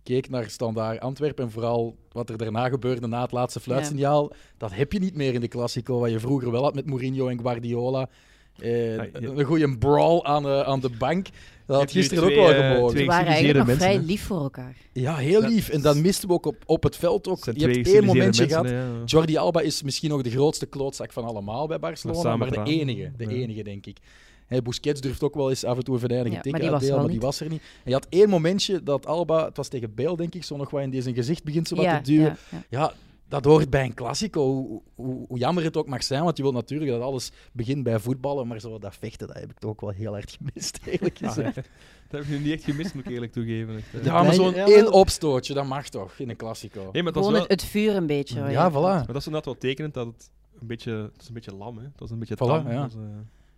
Speaker 1: keek naar standaard Antwerpen en vooral wat er daarna gebeurde na het laatste fluitsignaal, dat heb je niet meer in de Classico, wat je vroeger wel had met Mourinho en Guardiola. Eh,
Speaker 4: Ah, Ja, je-
Speaker 1: Een goede brawl aan, eh, aan de bank. Dat
Speaker 4: Heb
Speaker 1: had
Speaker 4: je
Speaker 1: gisteren
Speaker 4: twee,
Speaker 1: ook
Speaker 4: eh,
Speaker 1: wel gemogen.
Speaker 4: twee
Speaker 2: Ze waren eigenlijk nog
Speaker 4: mensen,
Speaker 2: vrij
Speaker 4: hè.
Speaker 2: lief voor elkaar.
Speaker 1: Ja, heel
Speaker 4: Dat-
Speaker 1: lief. En dat misten we ook op, op het veld.
Speaker 4: Het
Speaker 1: Ook.
Speaker 4: zijn
Speaker 1: Je hebt
Speaker 4: twee
Speaker 1: één momentje
Speaker 4: geïnteresseerde
Speaker 1: gehad.
Speaker 4: mensen, hè, ja.
Speaker 1: Jordi Alba is misschien nog de grootste klootzak van allemaal bij
Speaker 4: Maar
Speaker 1: Barcelona,
Speaker 4: samen
Speaker 1: maar de
Speaker 4: eraan.
Speaker 1: enige, de
Speaker 4: Ja.
Speaker 1: enige denk ik. Hey, Busquets durft ook wel eens af en toe een
Speaker 2: Ja,
Speaker 1: verdediging
Speaker 2: maar
Speaker 1: tik
Speaker 2: die was er
Speaker 1: uitdelen,
Speaker 2: al
Speaker 1: maar die
Speaker 2: niet.
Speaker 1: was er niet. En je had één momentje dat Alba, het was tegen Bale denk ik, zo nog wat in zijn gezicht begint zo wat
Speaker 2: ja,
Speaker 1: te duwen.
Speaker 2: ja,
Speaker 1: Ja.
Speaker 2: ja.
Speaker 1: dat hoort bij een Classico, hoe, hoe, hoe jammer het ook mag zijn, want je wilt natuurlijk dat alles begint bij voetballen, maar zo dat vechten, dat heb ik toch ook wel heel hard gemist eigenlijk
Speaker 4: Ah,
Speaker 1: gezegd.
Speaker 4: Dat heb ik nu niet echt gemist, moet ik eerlijk toegeven. Echt, eh.
Speaker 1: Ja, maar zo'n
Speaker 3: Ja, wel.
Speaker 1: één opstootje, dat mag toch in een Classico.
Speaker 4: Nee, maar het was
Speaker 2: Gewoon
Speaker 4: wel-
Speaker 2: het, het vuur een beetje. hoor,
Speaker 1: Ja, voilà.
Speaker 3: Ah.
Speaker 4: Maar dat is inderdaad wel tekenend dat het een beetje, het is een beetje lam, hè? Het was een beetje
Speaker 1: Voilà,
Speaker 4: tam.
Speaker 1: ja.
Speaker 4: het was, eh,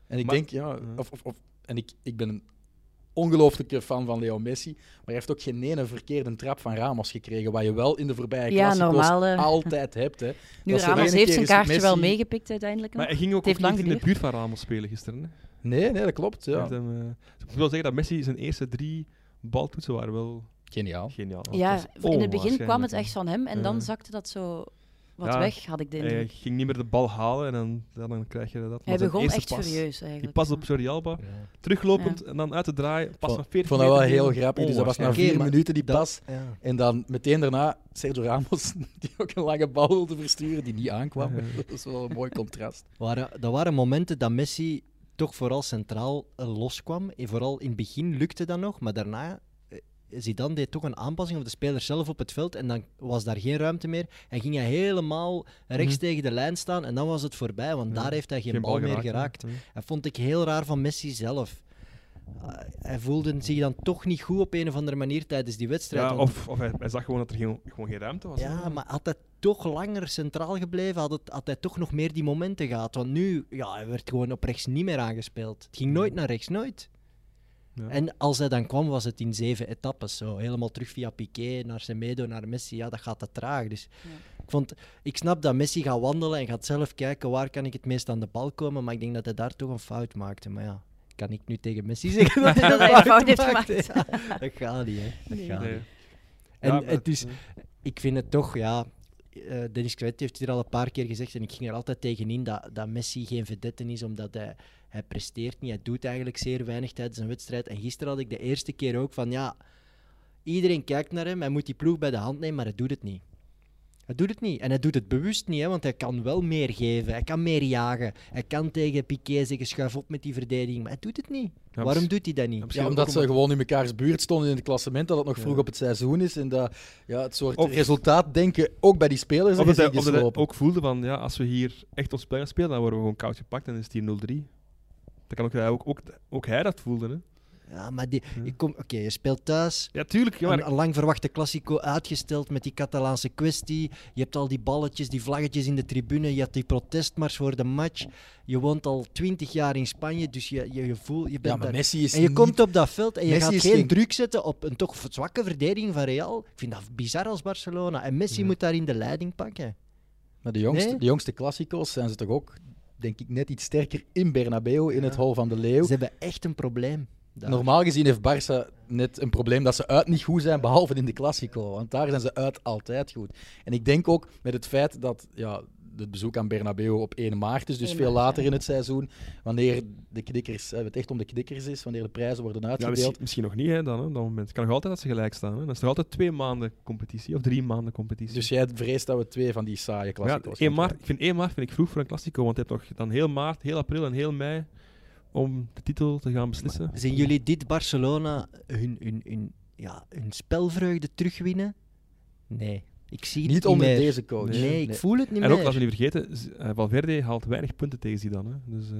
Speaker 1: En ik
Speaker 4: Maar-
Speaker 1: denk, ja,
Speaker 4: Ja.
Speaker 1: of, of, of- en ik, ik ben een ongelooflijke fan van Leo Messi, maar hij heeft ook geen ene verkeerde trap van Ramos gekregen, wat je wel in de voorbije
Speaker 2: Ja,
Speaker 1: klassico's
Speaker 2: normaal, eh.
Speaker 1: altijd hebt. Hè.
Speaker 2: Nu
Speaker 1: Dat ze de ene
Speaker 2: Ramos heeft
Speaker 1: keer
Speaker 2: zijn
Speaker 1: is het
Speaker 2: kaartje wel
Speaker 1: Messi-
Speaker 2: meegepikt uiteindelijk. nog.
Speaker 4: Maar hij ging ook,
Speaker 2: Het heeft
Speaker 4: ook niet
Speaker 2: lang
Speaker 4: in de
Speaker 2: geduurd.
Speaker 4: buurt van Ramos spelen gisteren. Hè?
Speaker 1: Nee, nee, dat klopt.
Speaker 4: Hij
Speaker 1: Ja.
Speaker 4: heeft hem, eh, ik wil zeggen dat Messi zijn eerste drie baltoetsen waren wel
Speaker 1: Geniaal.
Speaker 4: geniaal.
Speaker 2: ja,
Speaker 4: was
Speaker 2: in het begin kwam het
Speaker 4: onwaarschijnlijk,
Speaker 2: echt van hem en
Speaker 4: oh, Ja.
Speaker 2: dan zakte dat zo wat
Speaker 4: Ja,
Speaker 2: weg, had ik de
Speaker 4: hè.
Speaker 2: indruk.
Speaker 4: Hij ging niet meer de bal halen en dan, ja, dan krijg je dat. Maar
Speaker 2: Hij
Speaker 4: zijn
Speaker 2: begon
Speaker 4: eerste
Speaker 2: echt
Speaker 4: pas,
Speaker 2: furieus
Speaker 4: Die
Speaker 2: eigenlijk.
Speaker 4: pas
Speaker 2: Ja.
Speaker 4: op Jordi Alba, teruglopend en dan uit te draaien, pas
Speaker 1: Vond-
Speaker 4: van 40
Speaker 1: Ik vond dat wel
Speaker 4: meter
Speaker 1: heel
Speaker 4: geven.
Speaker 1: grappig. Dus dat was na
Speaker 3: Onwaarschijnlijk.
Speaker 1: vier
Speaker 3: Oké,
Speaker 1: minuten
Speaker 3: maar
Speaker 1: die
Speaker 3: dat-
Speaker 1: pas.
Speaker 3: ja.
Speaker 1: En dan meteen daarna Sergio Ramos, die ook een lange bal wilde versturen, die niet aankwam.
Speaker 4: Ja.
Speaker 1: Dat is wel een mooi contrast.
Speaker 3: Waren, dat waren momenten dat Messi toch vooral centraal eh, loskwam. En vooral in het begin lukte dat nog, maar daarna eh, Zidane deed toch een aanpassing op de speler zelf op het veld en dan was daar geen ruimte meer. En ging hij helemaal rechts
Speaker 4: Mhm.
Speaker 3: tegen de lijn staan en dan was het voorbij, want
Speaker 4: Ja,
Speaker 3: daar heeft hij geen, bal, meer geraakt.
Speaker 4: hè.
Speaker 3: Dat vond ik heel raar van Messi zelf. Uh, hij voelde zich dan toch niet goed op een of andere manier tijdens die wedstrijd.
Speaker 4: Ja,
Speaker 3: want-
Speaker 4: of of hij, hij zag gewoon dat er geen, gewoon geen ruimte was.
Speaker 3: ja,
Speaker 4: hè.
Speaker 3: maar had hij toch langer centraal gebleven, had, het, had hij toch nog meer die momenten gehad. Want nu, ja, hij werd gewoon op rechts niet meer aangespeeld. Het ging nooit naar rechts, nooit.
Speaker 4: Ja.
Speaker 3: En als hij dan kwam, was het in zeven etappes. Zo. Helemaal terug via Piqué, naar Semedo, naar Messi. Ja, dat gaat te traag. Dus ik, vond, ik snap dat Messi gaat wandelen en gaat zelf kijken waar kan ik het meest aan de bal komen. Maar ik denk dat hij daar toch een fout maakte. Maar ja, kan ik nu tegen Messi zeggen dat hij
Speaker 2: Dat hij
Speaker 3: een
Speaker 2: een
Speaker 3: fout
Speaker 2: fout heeft
Speaker 3: maakte?
Speaker 2: gemaakt.
Speaker 3: Ja, dat gaat niet, hè. Dat
Speaker 2: Nee.
Speaker 3: gaat
Speaker 4: Nee.
Speaker 3: niet.
Speaker 4: Ja,
Speaker 3: En
Speaker 4: maar
Speaker 3: het is
Speaker 4: ja.
Speaker 3: ik vind het toch, ja. eh, Dennis Kwetti heeft hier al een paar keer gezegd, en ik ging er altijd tegenin, dat, dat Messi geen vedette is, omdat hij, hij presteert niet. Hij doet eigenlijk zeer weinig tijdens een wedstrijd. En gisteren had ik de eerste keer ook van, ja, iedereen kijkt naar hem, hij moet die ploeg bij de hand nemen, maar hij doet het niet. Hij doet het niet. En hij doet het bewust niet, hè, want hij kan wel meer geven. Hij kan meer jagen. Hij kan tegen Piqué zeggen, schuif op met die verdediging. Maar hij doet het niet.
Speaker 4: Ja,
Speaker 3: Waarom doet hij dat niet?
Speaker 4: misschien
Speaker 1: Ja,
Speaker 4: ook
Speaker 1: omdat ze
Speaker 4: omdat-
Speaker 1: gewoon in mekaars buurt stonden in het klassement, dat het nog vroeg
Speaker 4: Ja.
Speaker 1: op het seizoen is en dat ja, het soort
Speaker 4: Of-
Speaker 1: resultaatdenken ook bij die spelers
Speaker 4: Of
Speaker 1: er is
Speaker 4: dat hij, of dat hij
Speaker 1: ingeslopen.
Speaker 4: ook voelde van, ja, als we hier echt ons spel gaan spelen, dan worden we gewoon koud gepakt en dan is het hier 0-3. Dat kan ook, dat ook, ook, ook hij dat voelde. Hè.
Speaker 3: Ja, maar die,
Speaker 4: Ja.
Speaker 3: ik kom, oké, je speelt thuis.
Speaker 4: Ja, tuurlijk. Ja, maar-
Speaker 3: Een, een lang verwachte Classico uitgesteld met die Catalaanse kwestie. Je hebt al die balletjes, die vlaggetjes in de tribune. Je had die protestmars voor de match. Je woont al twintig jaar in Spanje, dus je, je, je voelt... Je bent
Speaker 1: ja, maar
Speaker 3: daar-
Speaker 1: Messi is
Speaker 3: en je
Speaker 1: niet-
Speaker 3: komt op dat veld en je
Speaker 1: Messi
Speaker 3: gaat
Speaker 1: is
Speaker 3: geen
Speaker 1: geen-
Speaker 3: druk zetten op een toch zwakke verdediging van Real. Ik vind dat bizar als Barcelona. En Messi
Speaker 4: Ja.
Speaker 3: moet daarin de leiding pakken.
Speaker 1: Maar de jongste,
Speaker 3: Nee?
Speaker 1: de jongste klassico's zijn ze toch ook, denk ik, net iets sterker in Bernabeu, in
Speaker 4: Ja.
Speaker 1: het Hol van de Leeuw.
Speaker 3: Ze hebben echt een probleem. daar.
Speaker 1: Normaal gezien heeft Barça net een probleem dat ze uit niet goed zijn, behalve in de Classico. Want daar zijn ze uit altijd goed. En ik denk ook met het feit dat ja, het bezoek aan Bernabeu op 1 maart is, dus
Speaker 2: 1
Speaker 1: veel
Speaker 2: maart,
Speaker 1: later
Speaker 2: ja.
Speaker 1: in het seizoen, wanneer de knikkers, eh, het echt om de knikkers is, wanneer de prijzen worden
Speaker 4: ja,
Speaker 1: uitgedeeld.
Speaker 4: misschien, misschien nog niet hè, dan, hè, op dat moment. Het kan nog altijd dat ze gelijk staan. Hè. Dan is er altijd twee maanden competitie of drie maanden competitie.
Speaker 1: Dus jij vreest dat we twee van die saaie
Speaker 4: Maar ja,
Speaker 1: Classico's
Speaker 4: 1
Speaker 1: gaan
Speaker 4: maart, ik vind 1 maart vind ik vroeg voor een Classico, want je hebt nog dan heel maart, heel april en heel mei om de titel te gaan beslissen.
Speaker 3: Zien jullie dit Barcelona hun, hun, hun, ja, hun spelvreugde terugwinnen? Nee, ik zie het
Speaker 1: krijgen.
Speaker 3: niet,
Speaker 1: Niet onder
Speaker 3: meer.
Speaker 1: deze coach.
Speaker 3: Nee, ik
Speaker 1: Nee.
Speaker 3: voel het niet
Speaker 4: En ook,
Speaker 3: meer.
Speaker 4: als jullie vergeten, z- eh, Valverde haalt weinig punten tegen Zidane. dan. Dus eh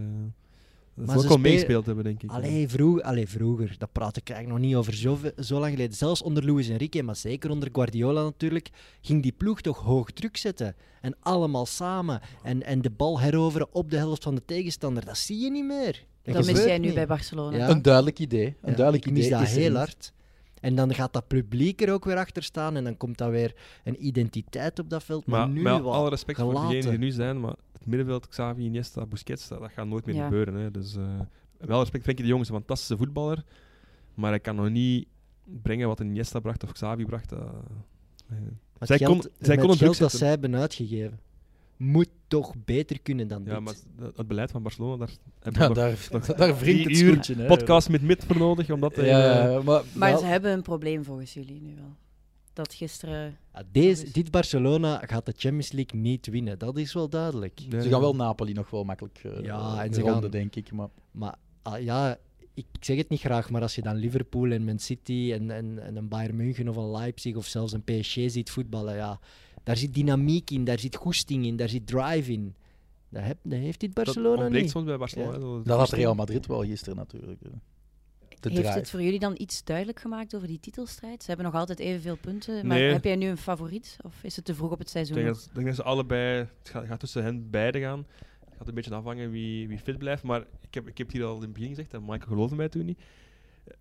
Speaker 3: Maar
Speaker 4: dat zal ook
Speaker 3: ze
Speaker 4: wel
Speaker 3: spelen-
Speaker 4: meegespeeld hebben, denk ik.
Speaker 3: Allee, vroeg, allee, vroeger, dat praat ik eigenlijk nog niet over zo, ve- zo lang geleden. Zelfs onder Luis Enrique, maar zeker onder Guardiola natuurlijk, ging die ploeg toch hoog druk zetten. En allemaal samen. En, en de bal heroveren op de helft van de tegenstander. Dat zie je niet meer. Dat,
Speaker 2: Dat mis
Speaker 3: gebeurt
Speaker 2: jij nu
Speaker 3: niet.
Speaker 2: bij Barcelona.
Speaker 3: Ja.
Speaker 1: Een duidelijk idee. Een
Speaker 3: Ja,
Speaker 1: duidelijk
Speaker 3: ik
Speaker 1: idee
Speaker 3: mis dat
Speaker 1: is er
Speaker 3: heel
Speaker 1: niet.
Speaker 3: hard. En dan gaat dat publiek er ook weer achter staan. En dan komt daar weer een identiteit op dat veld. Maar,
Speaker 4: Maar
Speaker 3: nu
Speaker 4: met
Speaker 3: wat
Speaker 4: alle respect voor
Speaker 3: gelaten.
Speaker 4: degenen die er nu zijn, maar het middenveld, Xavi, Iniesta, Busquets, dat, dat gaat nooit meer
Speaker 2: Ja.
Speaker 4: gebeuren. Hè. Dus eh, wel respect Frenkie de Jong is een fantastische voetballer, maar hij kan nog niet brengen wat een Iniesta bracht of Xavi bracht. dat- eh.
Speaker 3: Met
Speaker 4: Zij
Speaker 3: geld,
Speaker 4: kon- zij
Speaker 3: met
Speaker 4: kon een druk
Speaker 3: geld dat
Speaker 4: zetten.
Speaker 3: zij hebben uitgegeven. Moet toch beter kunnen dan
Speaker 4: ja,
Speaker 3: dit.
Speaker 4: maar het, het beleid van Barcelona, daar hebben we
Speaker 1: Ja,
Speaker 4: nog
Speaker 1: daar,
Speaker 4: nog
Speaker 1: daar wringt het
Speaker 4: drie uur
Speaker 1: schoentje. hè.
Speaker 4: podcast met mid voor nodig, omdat
Speaker 1: Ja,
Speaker 4: hij... eh,
Speaker 3: eh,
Speaker 1: ja, ja, maar,
Speaker 2: Maar
Speaker 1: wel-
Speaker 2: ze hebben een probleem volgens jullie nu wel. Dat gisteren...
Speaker 3: Ja, deze,
Speaker 2: is-
Speaker 3: dit Barcelona gaat de Champions League niet winnen. Dat is wel duidelijk.
Speaker 1: Ze gaan wel Napoli nog wel makkelijk eh
Speaker 3: Ja, en ze
Speaker 1: ronden,
Speaker 3: gaan-
Speaker 1: denk ik. Maar
Speaker 3: Maar ah, ja, ik zeg het niet graag, maar als je dan Liverpool en Man City en, en, en een Bayern München of een Leipzig of zelfs een PSG ziet voetballen, ja, daar zit dynamiek in, daar zit goesting in, daar zit drive in. Dat, heb- dat heeft dit
Speaker 4: dat
Speaker 3: Barcelona
Speaker 4: ontbreekt
Speaker 3: niet.
Speaker 4: soms bij Barcelona.
Speaker 3: Ja.
Speaker 4: hè, zo-
Speaker 1: dat had Real Madrid wel gisteren natuurlijk. eh. De
Speaker 2: Heeft
Speaker 1: drive.
Speaker 2: het voor jullie dan iets duidelijk gemaakt over die titelstrijd? Ze hebben nog altijd evenveel punten. Maar
Speaker 4: Nee.
Speaker 2: heb jij nu een favoriet? Of is het te vroeg op het
Speaker 4: Ik
Speaker 2: seizoen?
Speaker 4: denk
Speaker 2: nog?
Speaker 4: dat, ik denk dat ze allebei, het gaat, gaat tussen hen beiden gaan. Het gaat een beetje afhangen wie, wie fit blijft, maar ik heb, ik heb het hier al in het begin gezegd, en Michael geloofde mij toen niet.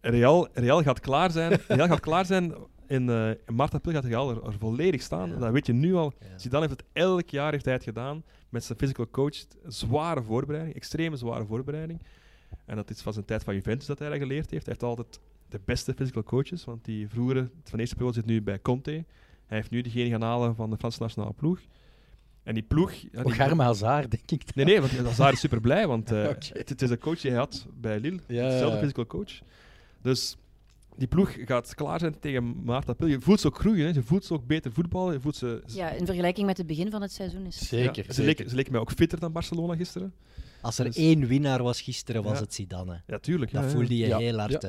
Speaker 4: Real, Real gaat klaar zijn, Real gaat klaar zijn in, eh in maart, april gaat Real er, er volledig staan.
Speaker 3: Ja.
Speaker 4: Dat weet je nu al.
Speaker 3: Ja.
Speaker 4: Zidane heeft het elk jaar heeft hij het gedaan met zijn physical coach. Zware voorbereiding, extreme zware voorbereiding. En dat is van zijn tijd van Juventus dat hij dat geleerd heeft. Hij heeft altijd de beste physical coaches, want die vroegere van eerste periode zit nu bij Conte. Hij heeft nu degene gaan halen van de Franse nationale ploeg. En die ploeg... ja, die-
Speaker 1: Oh, Garme Hazard, denk ik.
Speaker 4: Nee, nee, want Hazard is super blij, want eh,
Speaker 1: Oké.
Speaker 4: het, het is een coach die hij had bij Lille.
Speaker 1: Ja,
Speaker 4: Hetzelfde
Speaker 1: ja.
Speaker 4: physical coach. Dus die ploeg gaat klaar zijn tegen maart, april. Je voelt ze ook groeien, hè. je voelt ze ook beter voetballen. Je voelt ze,
Speaker 2: Ja, in vergelijking met het begin van het seizoen is
Speaker 4: Ja,
Speaker 1: Zeker.
Speaker 4: ze,
Speaker 1: zeker.
Speaker 4: leken, ze leken mij ook fitter dan Barcelona gisteren.
Speaker 3: Als er
Speaker 4: Dus-
Speaker 3: één winnaar was gisteren, was
Speaker 4: Ja.
Speaker 3: het Zidane.
Speaker 4: Ja, tuurlijk.
Speaker 3: Dat
Speaker 4: ja, ja.
Speaker 3: voelde je
Speaker 1: Ja,
Speaker 3: heel hard.
Speaker 1: ja.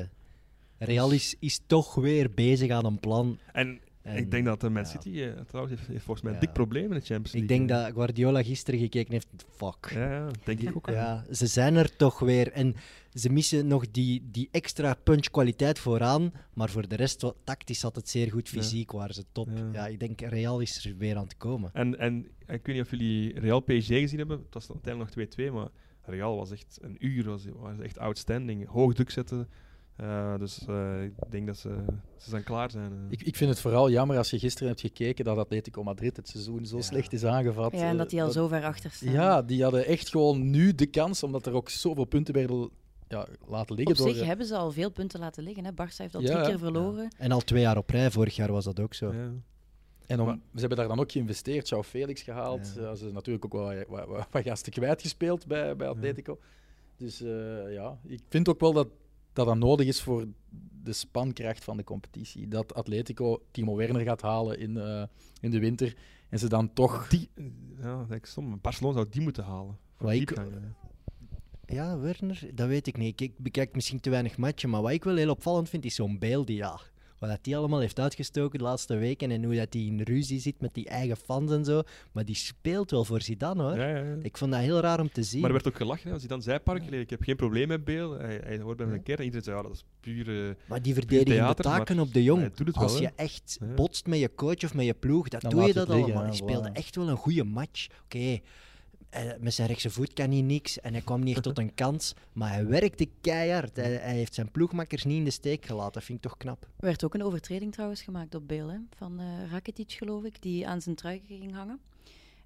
Speaker 3: hè. Real is, is toch weer bezig aan een plan.
Speaker 4: En,
Speaker 3: En
Speaker 4: ik denk dat de Man
Speaker 3: ja.
Speaker 4: City eh, trouwens heeft, heeft volgens mij een
Speaker 3: Ja.
Speaker 4: dik probleem in de Champions League.
Speaker 3: Ik denk
Speaker 4: hè.
Speaker 3: dat Guardiola gisteren gekeken heeft. Fuck.
Speaker 4: Ja, ja, denk ik ook. hè.
Speaker 3: Ja, ze zijn er toch weer. En ze missen nog die, die extra punch kwaliteit vooraan. Maar voor de rest, wat, tactisch had het zeer goed.
Speaker 4: Ja.
Speaker 3: Fysiek waren ze top.
Speaker 4: Ja.
Speaker 3: Ja. ik denk Real is er weer aan het komen.
Speaker 4: En, en, en ik weet niet of jullie Real PSG gezien hebben. Het was uiteindelijk nog 2-2, maar Real was echt een uur. Was, was echt outstanding. Hoog druk zetten. Eh, dus eh, ik denk dat ze, ze zijn klaar zijn. eh.
Speaker 1: Ik, ik vind het vooral jammer als je gisteren hebt gekeken dat Atletico Madrid het seizoen zo
Speaker 3: Ja.
Speaker 1: slecht is aangevat.
Speaker 2: Ja, en
Speaker 1: eh,
Speaker 2: dat die al zo ver achter staan.
Speaker 1: Ja, die hadden echt gewoon nu de kans, omdat er ook zoveel punten werden ja, laten liggen.
Speaker 2: Op
Speaker 1: door,
Speaker 2: zich hebben ze al veel punten laten liggen. Hè. Barça heeft al
Speaker 1: Ja,
Speaker 2: drie
Speaker 1: ja.
Speaker 2: keer verloren.
Speaker 3: En al twee jaar op rij, vorig jaar was dat ook zo.
Speaker 4: Ja.
Speaker 1: En om-
Speaker 4: Maar-
Speaker 1: ze hebben daar dan ook geïnvesteerd. Zou Felix gehaald.
Speaker 3: Ja.
Speaker 1: Ja. ze hebben natuurlijk ook wel wat, wat, wat, wat gasten kwijtgespeeld bij, bij Atletico. Dus eh, ja, ik vind ook wel dat dat, dat nodig is voor de spankracht van de competitie. Dat Atletico Timo Werner gaat halen in, eh, in de winter. En ze dan toch...
Speaker 4: Die, ja, dat is stom. Barcelona zou die moeten halen. Voor
Speaker 3: Maar ik-
Speaker 4: diepgang, hè.
Speaker 3: Ja, Werner, dat weet ik niet. Ik, ik bekijk misschien te weinig matchen, maar wat ik wel heel opvallend vind, is zo'n Bale die ja, wat dat die allemaal heeft uitgestoken de laatste weken en hoe dat die in ruzie zit met die eigen fans en zo. Maar die speelt wel voor Zidane, hoor.
Speaker 4: Ja, ja, ja.
Speaker 3: Ik vond dat heel raar om te zien.
Speaker 4: Maar er werd ook gelachen. Hè. Als hij dan zei, park geleden, ik heb geen probleem met Beel. Hij, hij hoort bij mijn
Speaker 3: Ja. Oh,
Speaker 4: kern. En iedereen zei, ja, dat is eh, pure...
Speaker 3: Maar die verdedigende
Speaker 4: theater,
Speaker 3: taken
Speaker 4: maar
Speaker 3: op de jong.
Speaker 4: hij doet het
Speaker 3: Als
Speaker 4: wel, hè.
Speaker 3: je echt
Speaker 4: Ja.
Speaker 3: botst met je coach of met je ploeg, dat
Speaker 1: Dan
Speaker 3: doe je
Speaker 1: laat
Speaker 3: dat
Speaker 1: het liggen,
Speaker 3: allemaal. Hij
Speaker 1: hè,
Speaker 3: speelde
Speaker 1: voilà.
Speaker 3: echt wel een goede match. Oké, eh, met zijn rechtse voet kan hij niks en hij kwam niet echt tot een kans. Maar hij werkte keihard. Hij, hij heeft zijn ploegmakkers niet in de steek gelaten. Dat vind ik toch knap.
Speaker 2: Er werd ook een overtreding trouwens gemaakt op Bale, hè, van eh Rakitic geloof ik, die aan zijn trui ging hangen.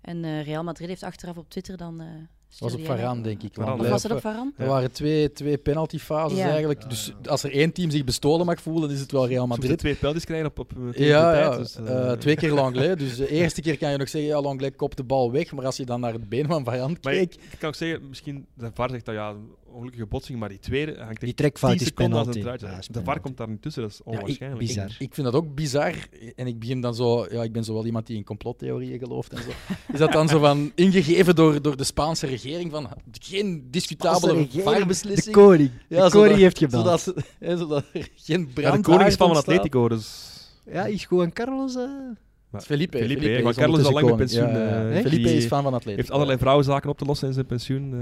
Speaker 2: En eh, Real Madrid heeft achteraf op Twitter dan... eh,
Speaker 1: was
Speaker 2: stuurde
Speaker 1: op
Speaker 2: jij
Speaker 1: Varaan,
Speaker 2: dat?
Speaker 1: denk ik.
Speaker 4: Varaan,
Speaker 1: want
Speaker 2: Of was het
Speaker 1: er
Speaker 2: op Varaan?
Speaker 4: Ja.
Speaker 1: waren twee, twee penaltyfases
Speaker 2: Ja.
Speaker 1: eigenlijk.
Speaker 3: Ja,
Speaker 1: Dus
Speaker 3: ja.
Speaker 1: als er één team zich bestolen mag voelen, is het wel Real
Speaker 4: Soms
Speaker 1: Madrid.
Speaker 4: twee pijltjes krijgen op, op een
Speaker 1: Ja, ja.
Speaker 4: tijd. Dus, eh,
Speaker 1: eh, twee keer Langley. Dus de eerste keer kan je nog zeggen, ja, Langley kopt de bal weg. Maar als je dan naar het been van Vijand
Speaker 4: Maar ik,
Speaker 1: kijkt...
Speaker 4: ik kan ook zeggen, misschien de VAR zegt dat ja, een ongelukkige botsing, maar die tweede hangt
Speaker 3: Die
Speaker 4: echt
Speaker 3: trekfout
Speaker 4: 10
Speaker 3: is
Speaker 4: seconden als een
Speaker 3: penalty.
Speaker 4: truitje.
Speaker 3: Ja, is
Speaker 4: de VAR
Speaker 3: penalty.
Speaker 4: komt daar niet tussen, dat is
Speaker 1: ik-
Speaker 4: onwaarschijnlijk.
Speaker 3: bizar.
Speaker 1: Ik vind dat ook bizar. En ik begin dan zo... Ja, ik ben zo wel iemand die in complottheorieën gelooft en zo. Is dat dan zo van ingegeven door, door de Spaanse regering? Van geen discutabele
Speaker 3: De
Speaker 1: VAR-beslissing?
Speaker 3: koning.
Speaker 1: Ja,
Speaker 3: de koning
Speaker 1: zodat-
Speaker 3: heeft gebeld.
Speaker 1: Zodat, ze- hè, zodat er geen brand
Speaker 4: Ja, de koning is van
Speaker 1: ontstaat.
Speaker 4: Atletico, dus...
Speaker 3: Ja, is gewoon Carlos. eh,
Speaker 1: Het is Felipe.
Speaker 4: Felipe,
Speaker 1: Felipe,
Speaker 4: hè, Juan
Speaker 1: is
Speaker 4: Carlos is al lang met
Speaker 1: ondertussen
Speaker 4: pensioen,
Speaker 1: koning. Ja, ja, ja.
Speaker 4: eh, hè?
Speaker 1: Felipe
Speaker 4: Die
Speaker 1: is fan van Atletico.
Speaker 4: heeft allerlei vrouwenzaken op te lossen in zijn pensioen,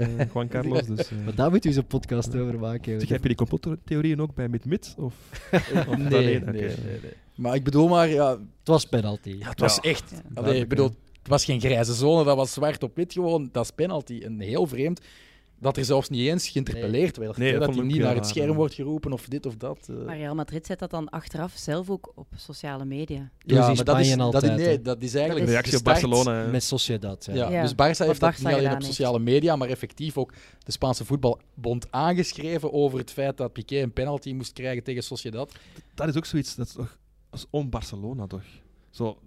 Speaker 4: eh Juan Carlos. Dus, eh.
Speaker 3: Maar daar moet u zo'n podcast over maken.
Speaker 4: Zeg, heb je die complottheorieën ook bij Mid-Mid? Of, of
Speaker 1: Nee,
Speaker 4: alleen? Oké.
Speaker 1: nee, nee, nee. Maar ik bedoel maar, ja,
Speaker 3: Het was penalty.
Speaker 1: Ja, het was
Speaker 4: Ja.
Speaker 1: echt.
Speaker 2: Ja.
Speaker 1: Allee,
Speaker 4: Duidelijk,
Speaker 1: ik bedoel,
Speaker 4: ja.
Speaker 1: het was geen grijze zone, dat was zwart op wit gewoon. Dat is penalty. En heel vreemd dat er zelfs niet eens geïnterpelleerd werd.
Speaker 4: Nee,
Speaker 1: hè,
Speaker 4: dat
Speaker 1: dat
Speaker 4: vond
Speaker 1: hij
Speaker 4: ik
Speaker 1: niet
Speaker 4: heel
Speaker 1: naar het
Speaker 4: raar,
Speaker 1: scherm
Speaker 4: ja.
Speaker 1: wordt geroepen of dit of dat. eh.
Speaker 2: Maar Real Madrid zet dat dan achteraf zelf ook op sociale media.
Speaker 3: Doen
Speaker 1: dus dat
Speaker 3: ze in
Speaker 1: is,
Speaker 3: Spanje
Speaker 1: dat is-
Speaker 3: altijd,
Speaker 1: nee,
Speaker 3: hè.
Speaker 1: dat is
Speaker 4: De
Speaker 1: eigenlijk
Speaker 2: is-
Speaker 4: reactie op
Speaker 1: gestart.
Speaker 4: Barcelona. hè.
Speaker 3: Met Sociedad.
Speaker 1: Ja,
Speaker 3: ja.
Speaker 2: Ja,
Speaker 1: Dus Barça heeft dat
Speaker 2: Barca
Speaker 1: niet alleen
Speaker 2: gedaan
Speaker 1: op
Speaker 2: heeft.
Speaker 1: sociale media, maar effectief ook de Spaanse voetbalbond aangeschreven over het feit dat Piqué een penalty moest krijgen tegen Sociedad.
Speaker 4: Dat is ook zoiets, dat is, toch, dat is on-Barcelona toch? Zo,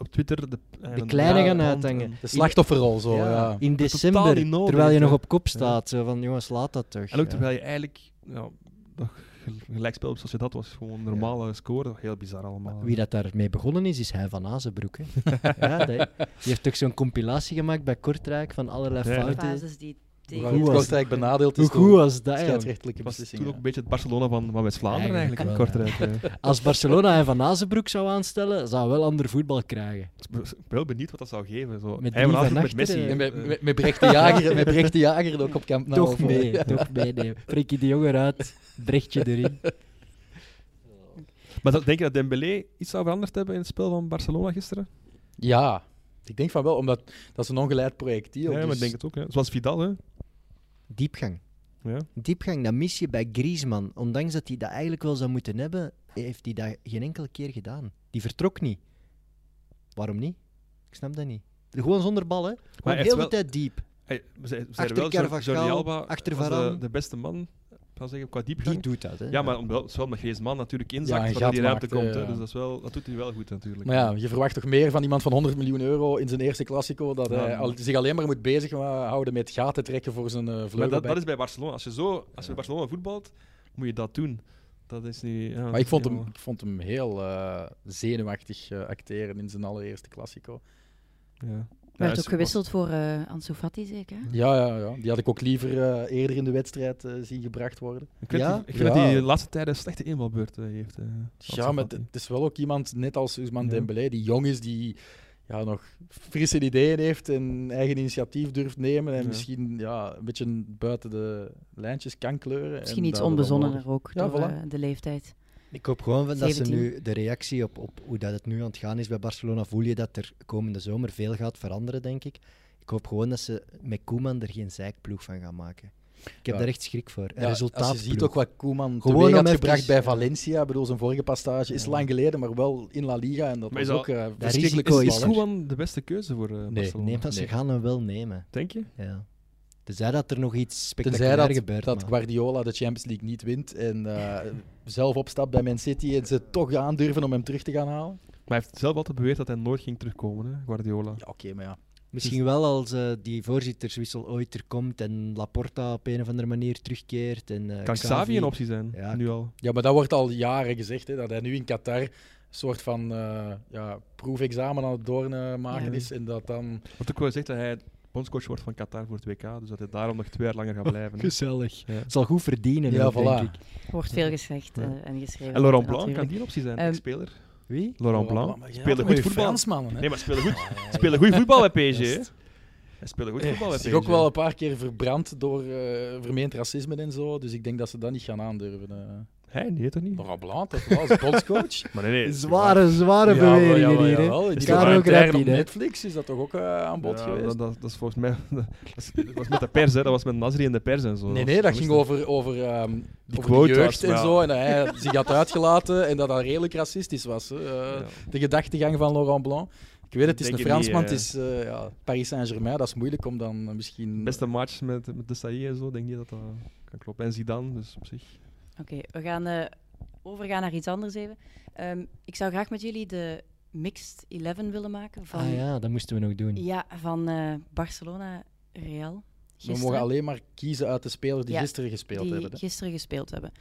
Speaker 4: op Twitter... De, eh,
Speaker 3: De
Speaker 4: een-
Speaker 3: kleine
Speaker 1: Ja,
Speaker 3: gaan
Speaker 4: want,
Speaker 3: uithangen.
Speaker 4: eh,
Speaker 1: De slachtofferrol zo.
Speaker 3: Ja,
Speaker 1: ja.
Speaker 3: In
Speaker 4: is totaal
Speaker 3: december,
Speaker 4: niet nodig,
Speaker 3: terwijl je
Speaker 4: hè.
Speaker 3: nog op kop staat. Zo van, jongens, laat dat toch.
Speaker 4: En ook
Speaker 3: Ja.
Speaker 4: terwijl je eigenlijk... Ja, dat gel- gelijkspel op Sociedad was gewoon een normale score. Heel bizar allemaal.
Speaker 3: Wie dat daarmee begonnen is, is hij van Azenbroek. Hè. ja, dat, die heeft toch zo'n compilatie gemaakt bij Kortrijk van allerlei
Speaker 4: Ja.
Speaker 2: De
Speaker 3: fouten.
Speaker 2: fases die
Speaker 1: Waarin
Speaker 2: tegen...
Speaker 3: goed
Speaker 1: het
Speaker 3: was
Speaker 1: Kortrijk benadeeld
Speaker 3: Hoe
Speaker 1: is
Speaker 3: goed
Speaker 1: door
Speaker 3: was dat, joh?
Speaker 1: scheidsrechtelijke
Speaker 4: ah was toen
Speaker 1: beslissingen.
Speaker 4: ook een beetje het Barcelona van, van West-Vlaanderen eigenlijk,
Speaker 3: Eigenlijk
Speaker 4: in
Speaker 3: wel,
Speaker 4: Kortrijk. eh.
Speaker 3: Als Barcelona hij van Azenbroek zou aanstellen, zou hij wel ander voetbal krijgen.
Speaker 4: Ik ben wel benieuwd wat dat zou geven. Zo.
Speaker 3: Met
Speaker 4: Hij was
Speaker 3: drie
Speaker 4: altijd
Speaker 3: van
Speaker 4: met Messi.
Speaker 3: achteren.
Speaker 1: En met,
Speaker 4: eh,
Speaker 1: met, met Brecht de Jager, met Brecht de Jager ook op kamp Nou
Speaker 3: toch
Speaker 1: of, eh,
Speaker 3: mee, toch mee. Nee. Frenkie de Jong eruit, Brechtje erin.
Speaker 4: Eh, Maar dat, denk je dat Dembélé iets zou veranderd hebben in het spel van Barcelona gisteren?
Speaker 1: Ja, ik denk van wel, omdat dat is een ongeleid projectiel.
Speaker 4: ja, maar
Speaker 1: dus
Speaker 4: ik denk het ook. Hè. Zoals Vidal, hè.
Speaker 3: Diepgang.
Speaker 4: Ja.
Speaker 3: Diepgang, dat mis je bij Griezmann. Ondanks dat hij dat eigenlijk wel zou moeten hebben, heeft hij dat geen enkele keer gedaan. Die vertrok niet. Waarom niet? Ik snap dat niet. Gewoon zonder bal, hè?
Speaker 4: hij
Speaker 3: Gewoon
Speaker 4: heeft
Speaker 3: heel de
Speaker 4: wel-
Speaker 3: tijd diep.
Speaker 4: Hey, we zei- we zeiden
Speaker 3: Achter
Speaker 4: wel, Jor-
Speaker 3: Carvajal,
Speaker 4: Jordi Alba
Speaker 3: achter
Speaker 4: was de,
Speaker 3: Varane.
Speaker 4: de beste man, ik zou zeggen, qua
Speaker 3: Die
Speaker 4: diepgang.
Speaker 3: doet dat, hè?
Speaker 4: ja, maar omdat het is wel met Griezmann natuurlijk
Speaker 1: Ja,
Speaker 4: inzakt
Speaker 1: een
Speaker 4: ja, dat die
Speaker 1: gat
Speaker 4: ruimte
Speaker 1: maakt,
Speaker 4: komt.
Speaker 1: eh,
Speaker 4: hè.
Speaker 1: ja.
Speaker 4: Dus dat, is wel, dat doet hij wel goed natuurlijk.
Speaker 1: Maar ja, je verwacht toch meer van iemand van 100 miljoen euro in zijn eerste Classico, dat hij
Speaker 4: Ja.
Speaker 1: al- zich alleen maar moet bezighouden met gaten trekken voor zijn eh
Speaker 4: maar dat,
Speaker 1: vleugelbek.
Speaker 4: dat is bij Barcelona. Als je zo, als je bij Barcelona voetbalt, moet je dat doen. Dat is niet... Ja,
Speaker 1: Maar ik vond hem,
Speaker 4: helemaal-
Speaker 1: ik vond hem heel eh, zenuwachtig eh, acteren in zijn allereerste Classico.
Speaker 4: Ja.
Speaker 2: Er
Speaker 4: Ja,
Speaker 2: werd
Speaker 4: is-
Speaker 2: ook gewisseld voor eh Ansu Fati zeker, hè?
Speaker 1: Ja, ja, ja. die had ik ook liever eh, eerder in de wedstrijd eh, zien gebracht worden.
Speaker 4: Ik vind,
Speaker 3: Ja?
Speaker 4: ik vind dat hij
Speaker 1: Ja.
Speaker 4: de laatste tijd een slechte invalbeurt eh, heeft. eh,
Speaker 1: Ja,
Speaker 4: Ansu
Speaker 1: maar
Speaker 4: Fati.
Speaker 1: het is wel ook iemand, net als Usman
Speaker 4: Ja.
Speaker 1: Dembélé, die jong is, die ja, nog frisse ideeën heeft en eigen initiatief durft nemen en
Speaker 4: Ja.
Speaker 1: misschien ja, een beetje buiten de lijntjes kan kleuren.
Speaker 2: Misschien
Speaker 1: en
Speaker 2: iets
Speaker 1: daardoor wel-
Speaker 2: onbezonnener ook,
Speaker 1: Ja,
Speaker 2: door
Speaker 1: voilà.
Speaker 2: eh, de leeftijd.
Speaker 3: Ik hoop gewoon van dat ze
Speaker 2: 17.
Speaker 3: nu de reactie op, op hoe dat het nu aan het gaan is bij Barcelona, voel je dat er komende zomer veel gaat veranderen, denk ik. Ik hoop gewoon dat ze met Koeman er geen zeikploeg van gaan maken. Ik heb
Speaker 1: Ja.
Speaker 3: daar echt schrik voor. Een
Speaker 1: Ja,
Speaker 3: resultaat.
Speaker 1: Als je ziet ook wat Koeman
Speaker 3: Gewoon
Speaker 1: teweeg
Speaker 3: om
Speaker 1: had
Speaker 3: even-
Speaker 1: gebracht bij
Speaker 3: ja.
Speaker 1: Valencia. Ik bedoel, zijn vorige passage is
Speaker 3: Ja.
Speaker 1: lang geleden, maar wel in La Liga. En dat
Speaker 4: Maar
Speaker 1: was
Speaker 4: is
Speaker 1: ook
Speaker 4: dat-
Speaker 1: eh
Speaker 3: dat
Speaker 1: verschrikkelijk.
Speaker 3: risico
Speaker 4: Is
Speaker 3: is-
Speaker 1: voetballer.
Speaker 4: Koeman de beste keuze voor eh, Barcelona?
Speaker 3: Nee, maar ze
Speaker 1: Nee.
Speaker 3: gaan hem wel nemen.
Speaker 4: Denk je?
Speaker 3: Ja. Tenzij dat er nog iets
Speaker 1: Tenzij
Speaker 3: spectaculair
Speaker 1: dat,
Speaker 3: gebeurt.
Speaker 1: dat
Speaker 3: maar-
Speaker 1: Guardiola de Champions League niet wint en eh, zelf opstapt bij Man City en ze toch aandurven om hem terug te gaan halen.
Speaker 4: hij heeft zelf altijd beweerd dat hij nooit ging terugkomen, hè, Guardiola.
Speaker 1: Ja, oké, maar ja.
Speaker 3: Misschien wel als eh, die voorzitterswissel ooit er komt en Laporta op een of andere manier terugkeert. En, eh,
Speaker 4: Kan Xavi een optie zijn,
Speaker 3: Ja.
Speaker 4: nu al?
Speaker 1: Ja, maar dat wordt al jaren gezegd, hè, dat hij nu in Qatar een soort van eh, ja, proefexamen aan het doormaken
Speaker 4: Ja.
Speaker 1: is. En dat dan...
Speaker 4: Wat ook wel zegt dat hij bondscoach wordt van Qatar voor het WK, dus dat hij daarom nog twee jaar langer gaat blijven. hè.
Speaker 3: Gezellig.
Speaker 4: Ja.
Speaker 3: Zal goed verdienen,
Speaker 1: Ja,
Speaker 3: ook, denk
Speaker 1: voilà.
Speaker 3: ik.
Speaker 2: Wordt veel gezegd
Speaker 4: Ja.
Speaker 2: eh, en geschreven.
Speaker 4: En Laurent Blanc
Speaker 2: natuurlijk.
Speaker 4: kan die een optie zijn,
Speaker 2: Ehm,
Speaker 4: speler.
Speaker 3: Wie?
Speaker 4: Laurent
Speaker 1: Blanc,
Speaker 4: Blanc.
Speaker 1: maar jij had
Speaker 4: Spelen
Speaker 1: een
Speaker 4: goed
Speaker 1: goeie
Speaker 4: voetbal.
Speaker 1: Fransmannen, hè?
Speaker 4: Nee, maar spelen goed,
Speaker 1: Ja, ja, ja.
Speaker 4: spelen goed voetbal bij PSG. hè.
Speaker 1: Best.
Speaker 4: Hij spelen goed voetbal bij
Speaker 1: Zich
Speaker 4: PSG.
Speaker 1: ook wel een paar keer verbrand door eh, vermeend racisme en zo. Dus ik denk dat ze dat niet gaan aandurven. eh.
Speaker 4: Hij, nee, toch niet?
Speaker 1: Laurent Blanc, dat was als bondscoach.
Speaker 4: Maar nee, nee.
Speaker 3: Zware, zware beweringen hier.
Speaker 1: Die
Speaker 3: hè.
Speaker 4: Caro
Speaker 1: documentaire op
Speaker 3: Grappini, hè?
Speaker 1: Netflix is dat toch ook eh, aan bod
Speaker 4: Ja,
Speaker 1: geweest?
Speaker 4: Dat, dat, dat is volgens mij... Dat, is- dat was met de pers, hè. Dat was met Nasri en de pers en zo.
Speaker 1: Nee, nee, dat
Speaker 4: is
Speaker 1: ging
Speaker 4: het.
Speaker 1: over, over, ehm, over
Speaker 4: quote
Speaker 1: de jeugd
Speaker 4: was,
Speaker 1: en
Speaker 4: ja.
Speaker 1: zo. En dat hij zich had uitgelaten en dat dat redelijk racistisch was. hè. Eh,
Speaker 4: Ja.
Speaker 1: De gedachtegang van Laurent Blanc. Ik weet het, het
Speaker 4: Denk
Speaker 1: is een
Speaker 4: het niet,
Speaker 1: Fransman,
Speaker 4: hè.
Speaker 1: het is eh, ja, Paris Saint-Germain. Dat is moeilijk om dan eh, misschien...
Speaker 4: Beste match met, met de Saïe en zo, denk je dat dat kan kloppen. En Zidane, dus op zich.
Speaker 2: Oké, we gaan eh, overgaan naar iets anders even. Ehm, ik zou graag met jullie de Mixed 11 willen maken van,
Speaker 3: Ah ja, dat moesten we nog doen.
Speaker 2: ja, van eh, Barcelona Real.
Speaker 1: We
Speaker 2: Gisteren,
Speaker 1: mogen alleen maar kiezen uit de spelers die
Speaker 2: Ja,
Speaker 1: gisteren gespeeld
Speaker 2: die
Speaker 1: hebben. hè.
Speaker 2: gisteren gespeeld hebben.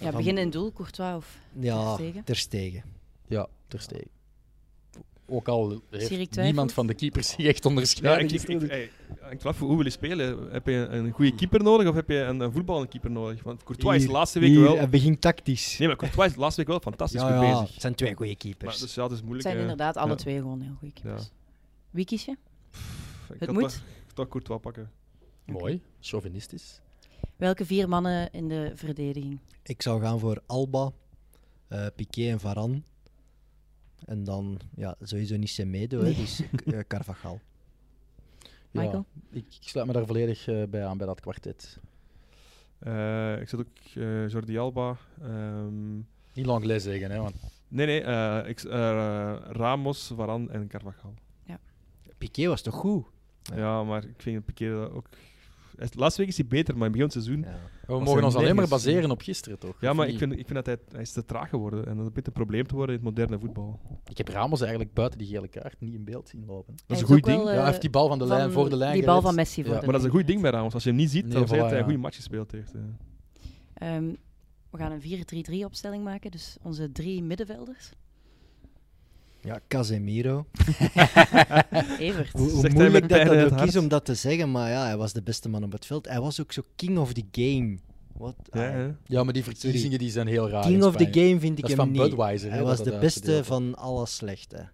Speaker 2: Ja,
Speaker 1: Van-
Speaker 2: begin in doel, Courtois of
Speaker 3: Ja,
Speaker 2: Ter Stegen.
Speaker 3: ter stegen.
Speaker 1: Ja, ter Stegen. Ook al
Speaker 2: Cyril
Speaker 1: heeft
Speaker 2: twijfelt.
Speaker 1: niemand van de keepers zich echt onderscheiden.
Speaker 4: Ja, ik, ik, ik,
Speaker 1: gisteren.
Speaker 4: hey, hangt eraf hoe wil je spelen? Heb je een goede keeper nodig of heb je een, een voetballende keeper nodig? Want Courtois is de
Speaker 3: Hier,
Speaker 4: laatste week
Speaker 3: hier,
Speaker 4: wel...
Speaker 3: Hij begint tactisch.
Speaker 4: Nee, maar Courtois is de laatste week wel fantastisch
Speaker 3: ja,
Speaker 4: goed
Speaker 3: ja,
Speaker 4: bezig.
Speaker 3: het zijn twee goede
Speaker 4: Maar,
Speaker 3: keepers.
Speaker 4: dus ja, het is
Speaker 2: Het
Speaker 4: moeilijk.
Speaker 2: zijn
Speaker 4: eh,
Speaker 2: inderdaad alle
Speaker 4: ja.
Speaker 2: twee gewoon heel goede keepers.
Speaker 4: Ja.
Speaker 2: Wie kies je?
Speaker 4: Pff, ik
Speaker 2: Het
Speaker 4: had
Speaker 2: moet.
Speaker 4: Toch, toch Courtois pakken.
Speaker 1: Mooi, chauvinistisch.
Speaker 2: Welke vier mannen in de verdediging?
Speaker 3: Ik zou gaan voor Alba, eh Piqué en Varane. En dan ja, sowieso niet Semedo,
Speaker 2: Nee.
Speaker 3: hè, dus eh, Carvajal.
Speaker 1: Ja,
Speaker 2: Michael?
Speaker 1: ik, ik sluit me daar volledig eh, bij aan, bij dat kwartet.
Speaker 4: Eh, ik zet ook eh, Jordi Alba. ehm,
Speaker 1: Niet lang les zeggen, hè, want
Speaker 4: nee, nee. eh, ik, eh, Ramos, Varane en Carvajal.
Speaker 3: Piqué was toch goed?
Speaker 4: Ja, maar ik vind Piqué dat ook... hij is- Laatste week is hij beter, maar in het begin van het seizoen...
Speaker 3: Ja.
Speaker 1: We
Speaker 4: Als
Speaker 1: mogen
Speaker 4: hij
Speaker 1: ons alleen maar
Speaker 4: nergens-
Speaker 1: baseren op gisteren, toch?
Speaker 4: Ja,
Speaker 1: Of
Speaker 4: maar
Speaker 1: niet?
Speaker 4: ik vind, ik vind dat hij, hij is te traag geworden. En dat begint een probleem te worden in het moderne voetbal.
Speaker 1: ik heb Ramos eigenlijk buiten die gele kaart niet in beeld zien lopen.
Speaker 4: Dat is
Speaker 2: Hij
Speaker 4: een
Speaker 2: is
Speaker 4: goed
Speaker 2: ook
Speaker 4: ding.
Speaker 2: wel, eh,
Speaker 1: ja, hij heeft die bal van de lijn
Speaker 2: van
Speaker 1: voor de lijn
Speaker 2: Die bal
Speaker 1: gered.
Speaker 2: van Messi voor
Speaker 1: Ja,
Speaker 2: de
Speaker 4: Maar dat is een
Speaker 2: lijn
Speaker 4: goed ding bij Ramos. Als je hem niet ziet,
Speaker 1: Nee,
Speaker 4: dan zegt
Speaker 1: voilà,
Speaker 4: dat hij
Speaker 1: ja.
Speaker 4: een goede match gespeeld heeft. eh.
Speaker 2: Ehm, we gaan een 4-3-3 opstelling maken, dus onze drie middenvelders.
Speaker 3: ja, Casemiro.
Speaker 2: Evert.
Speaker 3: Hoe, hoe
Speaker 4: Zegt hij
Speaker 3: moeilijk dat
Speaker 4: met pijn in
Speaker 3: dat
Speaker 4: het
Speaker 3: ook
Speaker 4: hart.
Speaker 3: is om dat te zeggen, maar ja, hij was de beste man op het veld. Hij was ook zo king of the game. Wat?
Speaker 4: Ja,
Speaker 3: Ah,
Speaker 4: hè.
Speaker 1: Ja, maar die verkiezingen die zijn heel raar.
Speaker 3: King
Speaker 1: in
Speaker 3: of the
Speaker 1: Spanje.
Speaker 3: game vind ik
Speaker 1: Dat is
Speaker 3: hem
Speaker 1: van
Speaker 3: niet.
Speaker 1: Budweiser. hè,
Speaker 3: Hij
Speaker 1: dat
Speaker 3: was
Speaker 1: dat
Speaker 3: de
Speaker 1: uitgedeeld
Speaker 3: beste
Speaker 1: wordt.
Speaker 3: van alle slechte.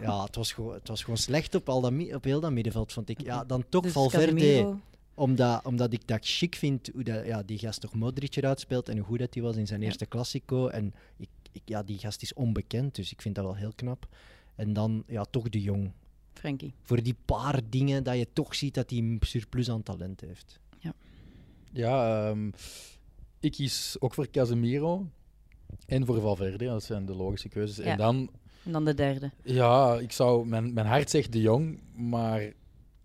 Speaker 3: ja, het was, gewoon, het was gewoon slecht op, al dat, mi- op heel dat middenveld, vond ik. Ja, dan toch
Speaker 2: Dus
Speaker 3: Valverde.
Speaker 2: Casemiro.
Speaker 3: Omdat, omdat ik dat chic vind, hoe dat, ja, die gast toch Modric eruit speelt en hoe goed dat hij was in zijn
Speaker 2: Ja.
Speaker 3: eerste Classico. En ik, ik, ja, die gast is onbekend, dus ik vind dat wel heel knap. En dan ja, toch de jong.
Speaker 2: Frankie.
Speaker 3: Voor die paar dingen dat je toch ziet dat hij een surplus aan talent heeft.
Speaker 1: Ja, ehm, ik kies ook voor Casemiro en voor Valverde. Dat zijn de logische keuzes.
Speaker 2: Ja.
Speaker 1: En dan,
Speaker 2: En dan de derde.
Speaker 1: ja, ik zou, mijn, mijn hart zegt De Jong, maar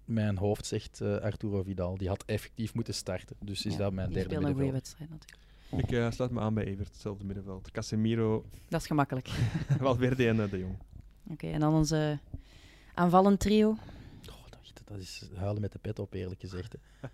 Speaker 1: mijn hoofd zegt eh, Arturo Vidal. Die had effectief moeten starten. Dus is
Speaker 2: Ja,
Speaker 1: dat mijn
Speaker 2: Die
Speaker 1: derde
Speaker 2: speelde een goede
Speaker 1: middenveld.
Speaker 2: wedstrijd natuurlijk.
Speaker 4: Ik eh, sluit me aan bij Evert, hetzelfde middenveld. Casemiro,
Speaker 2: Dat is gemakkelijk. Oké,
Speaker 4: Valverde en eh, De Jong.
Speaker 2: en dan onze aanvallend trio.
Speaker 1: Oh, dat- dat is huilen met de pet op, eerlijk gezegd. hè.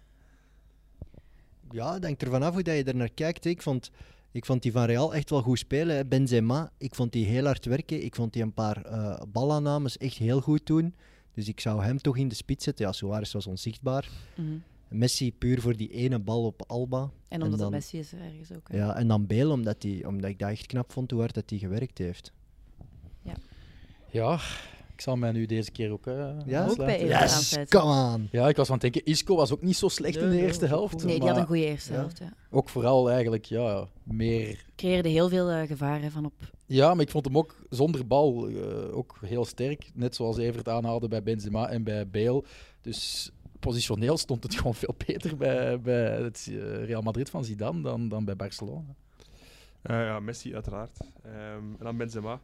Speaker 3: Ja, het hangt er vanaf hoe dat je er naar kijkt. hè. Ik vond, ik vond die van Real echt wel goed spelen. hè. Benzema, ik vond die heel hard werken. Ik vond die een paar eh balaannames echt heel goed doen. Dus ik zou hem toch in de spits zetten. Ja, Suarez was onzichtbaar.
Speaker 2: Mhm.
Speaker 3: Messi puur voor die ene bal op Alba.
Speaker 2: En omdat
Speaker 3: dan-
Speaker 2: het Messi is ergens ook. hè.
Speaker 3: Ja, en dan Bale, omdat, die, omdat ik dat echt knap vond hoe hard dat hij gewerkt heeft.
Speaker 1: Ja, ik zal mij nu deze keer ook eh,
Speaker 2: Ook bij
Speaker 1: aansluiten.
Speaker 2: Evert
Speaker 1: Ja.
Speaker 3: Yes,
Speaker 2: aansluiten.
Speaker 3: come on!
Speaker 1: Ja, ik was aan het denken, Isco was ook niet zo slecht in de
Speaker 3: Nee, nee,
Speaker 1: eerste
Speaker 3: was ook
Speaker 1: helft.
Speaker 3: goed.
Speaker 2: Nee, die
Speaker 1: maar
Speaker 2: had een goede eerste
Speaker 3: Ja.
Speaker 2: helft. Ja.
Speaker 1: Ook vooral eigenlijk, ja, meer...
Speaker 2: Creëerde heel veel eh, gevaren van op.
Speaker 1: Ja, maar ik vond hem ook zonder bal eh, ook heel sterk. Net zoals Evert aanhaalde bij Benzema en bij Bale. Dus positioneel stond het gewoon veel beter bij, bij het eh, Real Madrid van Zidane dan, dan bij Barcelona.
Speaker 4: Eh, ja, Messi uiteraard. Ehm, en dan Benzema.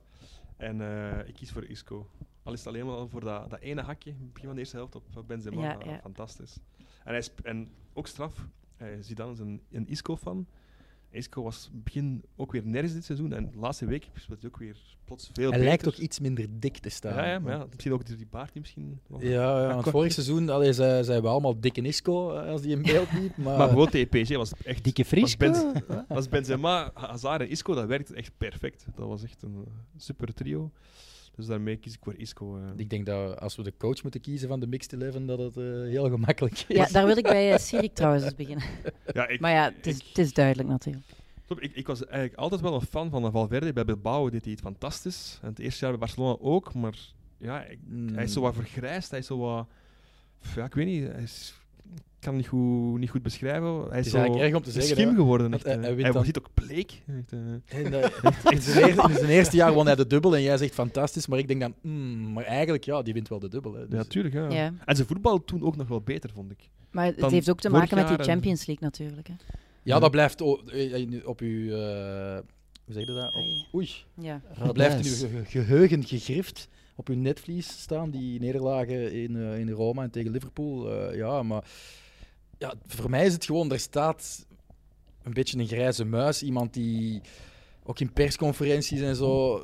Speaker 4: En eh, ik kies voor Isco. Al is het alleen maar voor dat, dat ene hakje, in het begin van de eerste helft op eh, Benzema.
Speaker 2: Ja,
Speaker 4: Ah,
Speaker 2: ja.
Speaker 4: Fantastisch. En, hij sp- en ook straf, eh, Zidane is een, een Isco-fan. Isco was begin ook weer nergens dit seizoen. En de laatste week speelt hij ook weer plots veel
Speaker 1: Hij
Speaker 4: beter.
Speaker 1: lijkt ook iets minder dik te staan.
Speaker 4: Ja, ja, maar ja, misschien ook door die baard die misschien...
Speaker 1: Ja, ja, want
Speaker 4: kort.
Speaker 1: vorig seizoen allee, ze- zeiden we allemaal dikke Isco eh, als die in beeld liep. Maar,
Speaker 4: Maar gewoon tegen PSG was het echt...
Speaker 3: Dikke Fries.
Speaker 4: was, Benz, was Benzema, Hazard en Isco, dat werkte echt perfect. Dat was echt een eh, super trio. Dus daarmee kies ik voor Isco. eh.
Speaker 1: ik denk dat we- als we de coach moeten kiezen van de Mixed Eleven, dat het eh, heel gemakkelijk is.
Speaker 2: Ja, daar wil ik bij eh, Sirik trouwens eens beginnen.
Speaker 4: Ja, ik,
Speaker 2: Maar ja, het is, het is duidelijk natuurlijk.
Speaker 4: Stop, ik, ik was eigenlijk altijd wel een fan van Valverde. Bij Bilbao deed hij het fantastisch. En het eerste jaar bij Barcelona ook. Maar ja, ik-
Speaker 1: Mm.
Speaker 4: hij is zo wat vergrijsd. Hij is zo wat... pff, Ja, ik weet niet. Hij is, ik kan het niet goed, niet goed beschrijven. Hij
Speaker 1: Het
Speaker 4: is,
Speaker 1: is
Speaker 4: zo
Speaker 1: eigenlijk erg om te
Speaker 4: een
Speaker 1: zeggen.
Speaker 4: schim
Speaker 1: dat-
Speaker 4: geworden.
Speaker 1: want
Speaker 4: Echt, eh.
Speaker 1: hij- hij
Speaker 4: hij
Speaker 1: wint dan-
Speaker 4: ziet ook bleek. Echt, eh.
Speaker 1: En dat- in, zijn eerste, in zijn eerste jaar won hij de dubbel en jij zegt fantastisch, maar ik denk dan, mm, maar eigenlijk, ja, die wint wel de dubbel. Hè,
Speaker 4: ja,
Speaker 1: dus-
Speaker 4: tuurlijk. Ja.
Speaker 2: Ja.
Speaker 4: En zijn voetbal toen ook nog wel beter, vond ik.
Speaker 2: Maar het
Speaker 4: Dan
Speaker 2: heeft ook te
Speaker 4: vorig
Speaker 2: maken met die
Speaker 4: jaar en-
Speaker 2: Champions League natuurlijk. Hè.
Speaker 1: ja, dat blijft o- eh, eh, op uw... eh, hoe zeg je dat? Op,
Speaker 2: Ai.
Speaker 1: oei.
Speaker 2: Ja.
Speaker 1: Dat blijft in uw ge- ge- geheugen gegrift. Op uw netvlies staan die nederlagen in, eh, in Roma en tegen Liverpool. Eh, ja, maar ja, voor mij is het gewoon, er staat een beetje een grijze muis. Iemand die ook in persconferenties en zo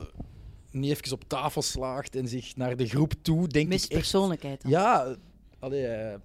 Speaker 1: niet even op tafel slaagt en zich naar de groep toe, denk ik echt
Speaker 2: Mispersoonlijkheid dan.
Speaker 1: ja, allee, eh,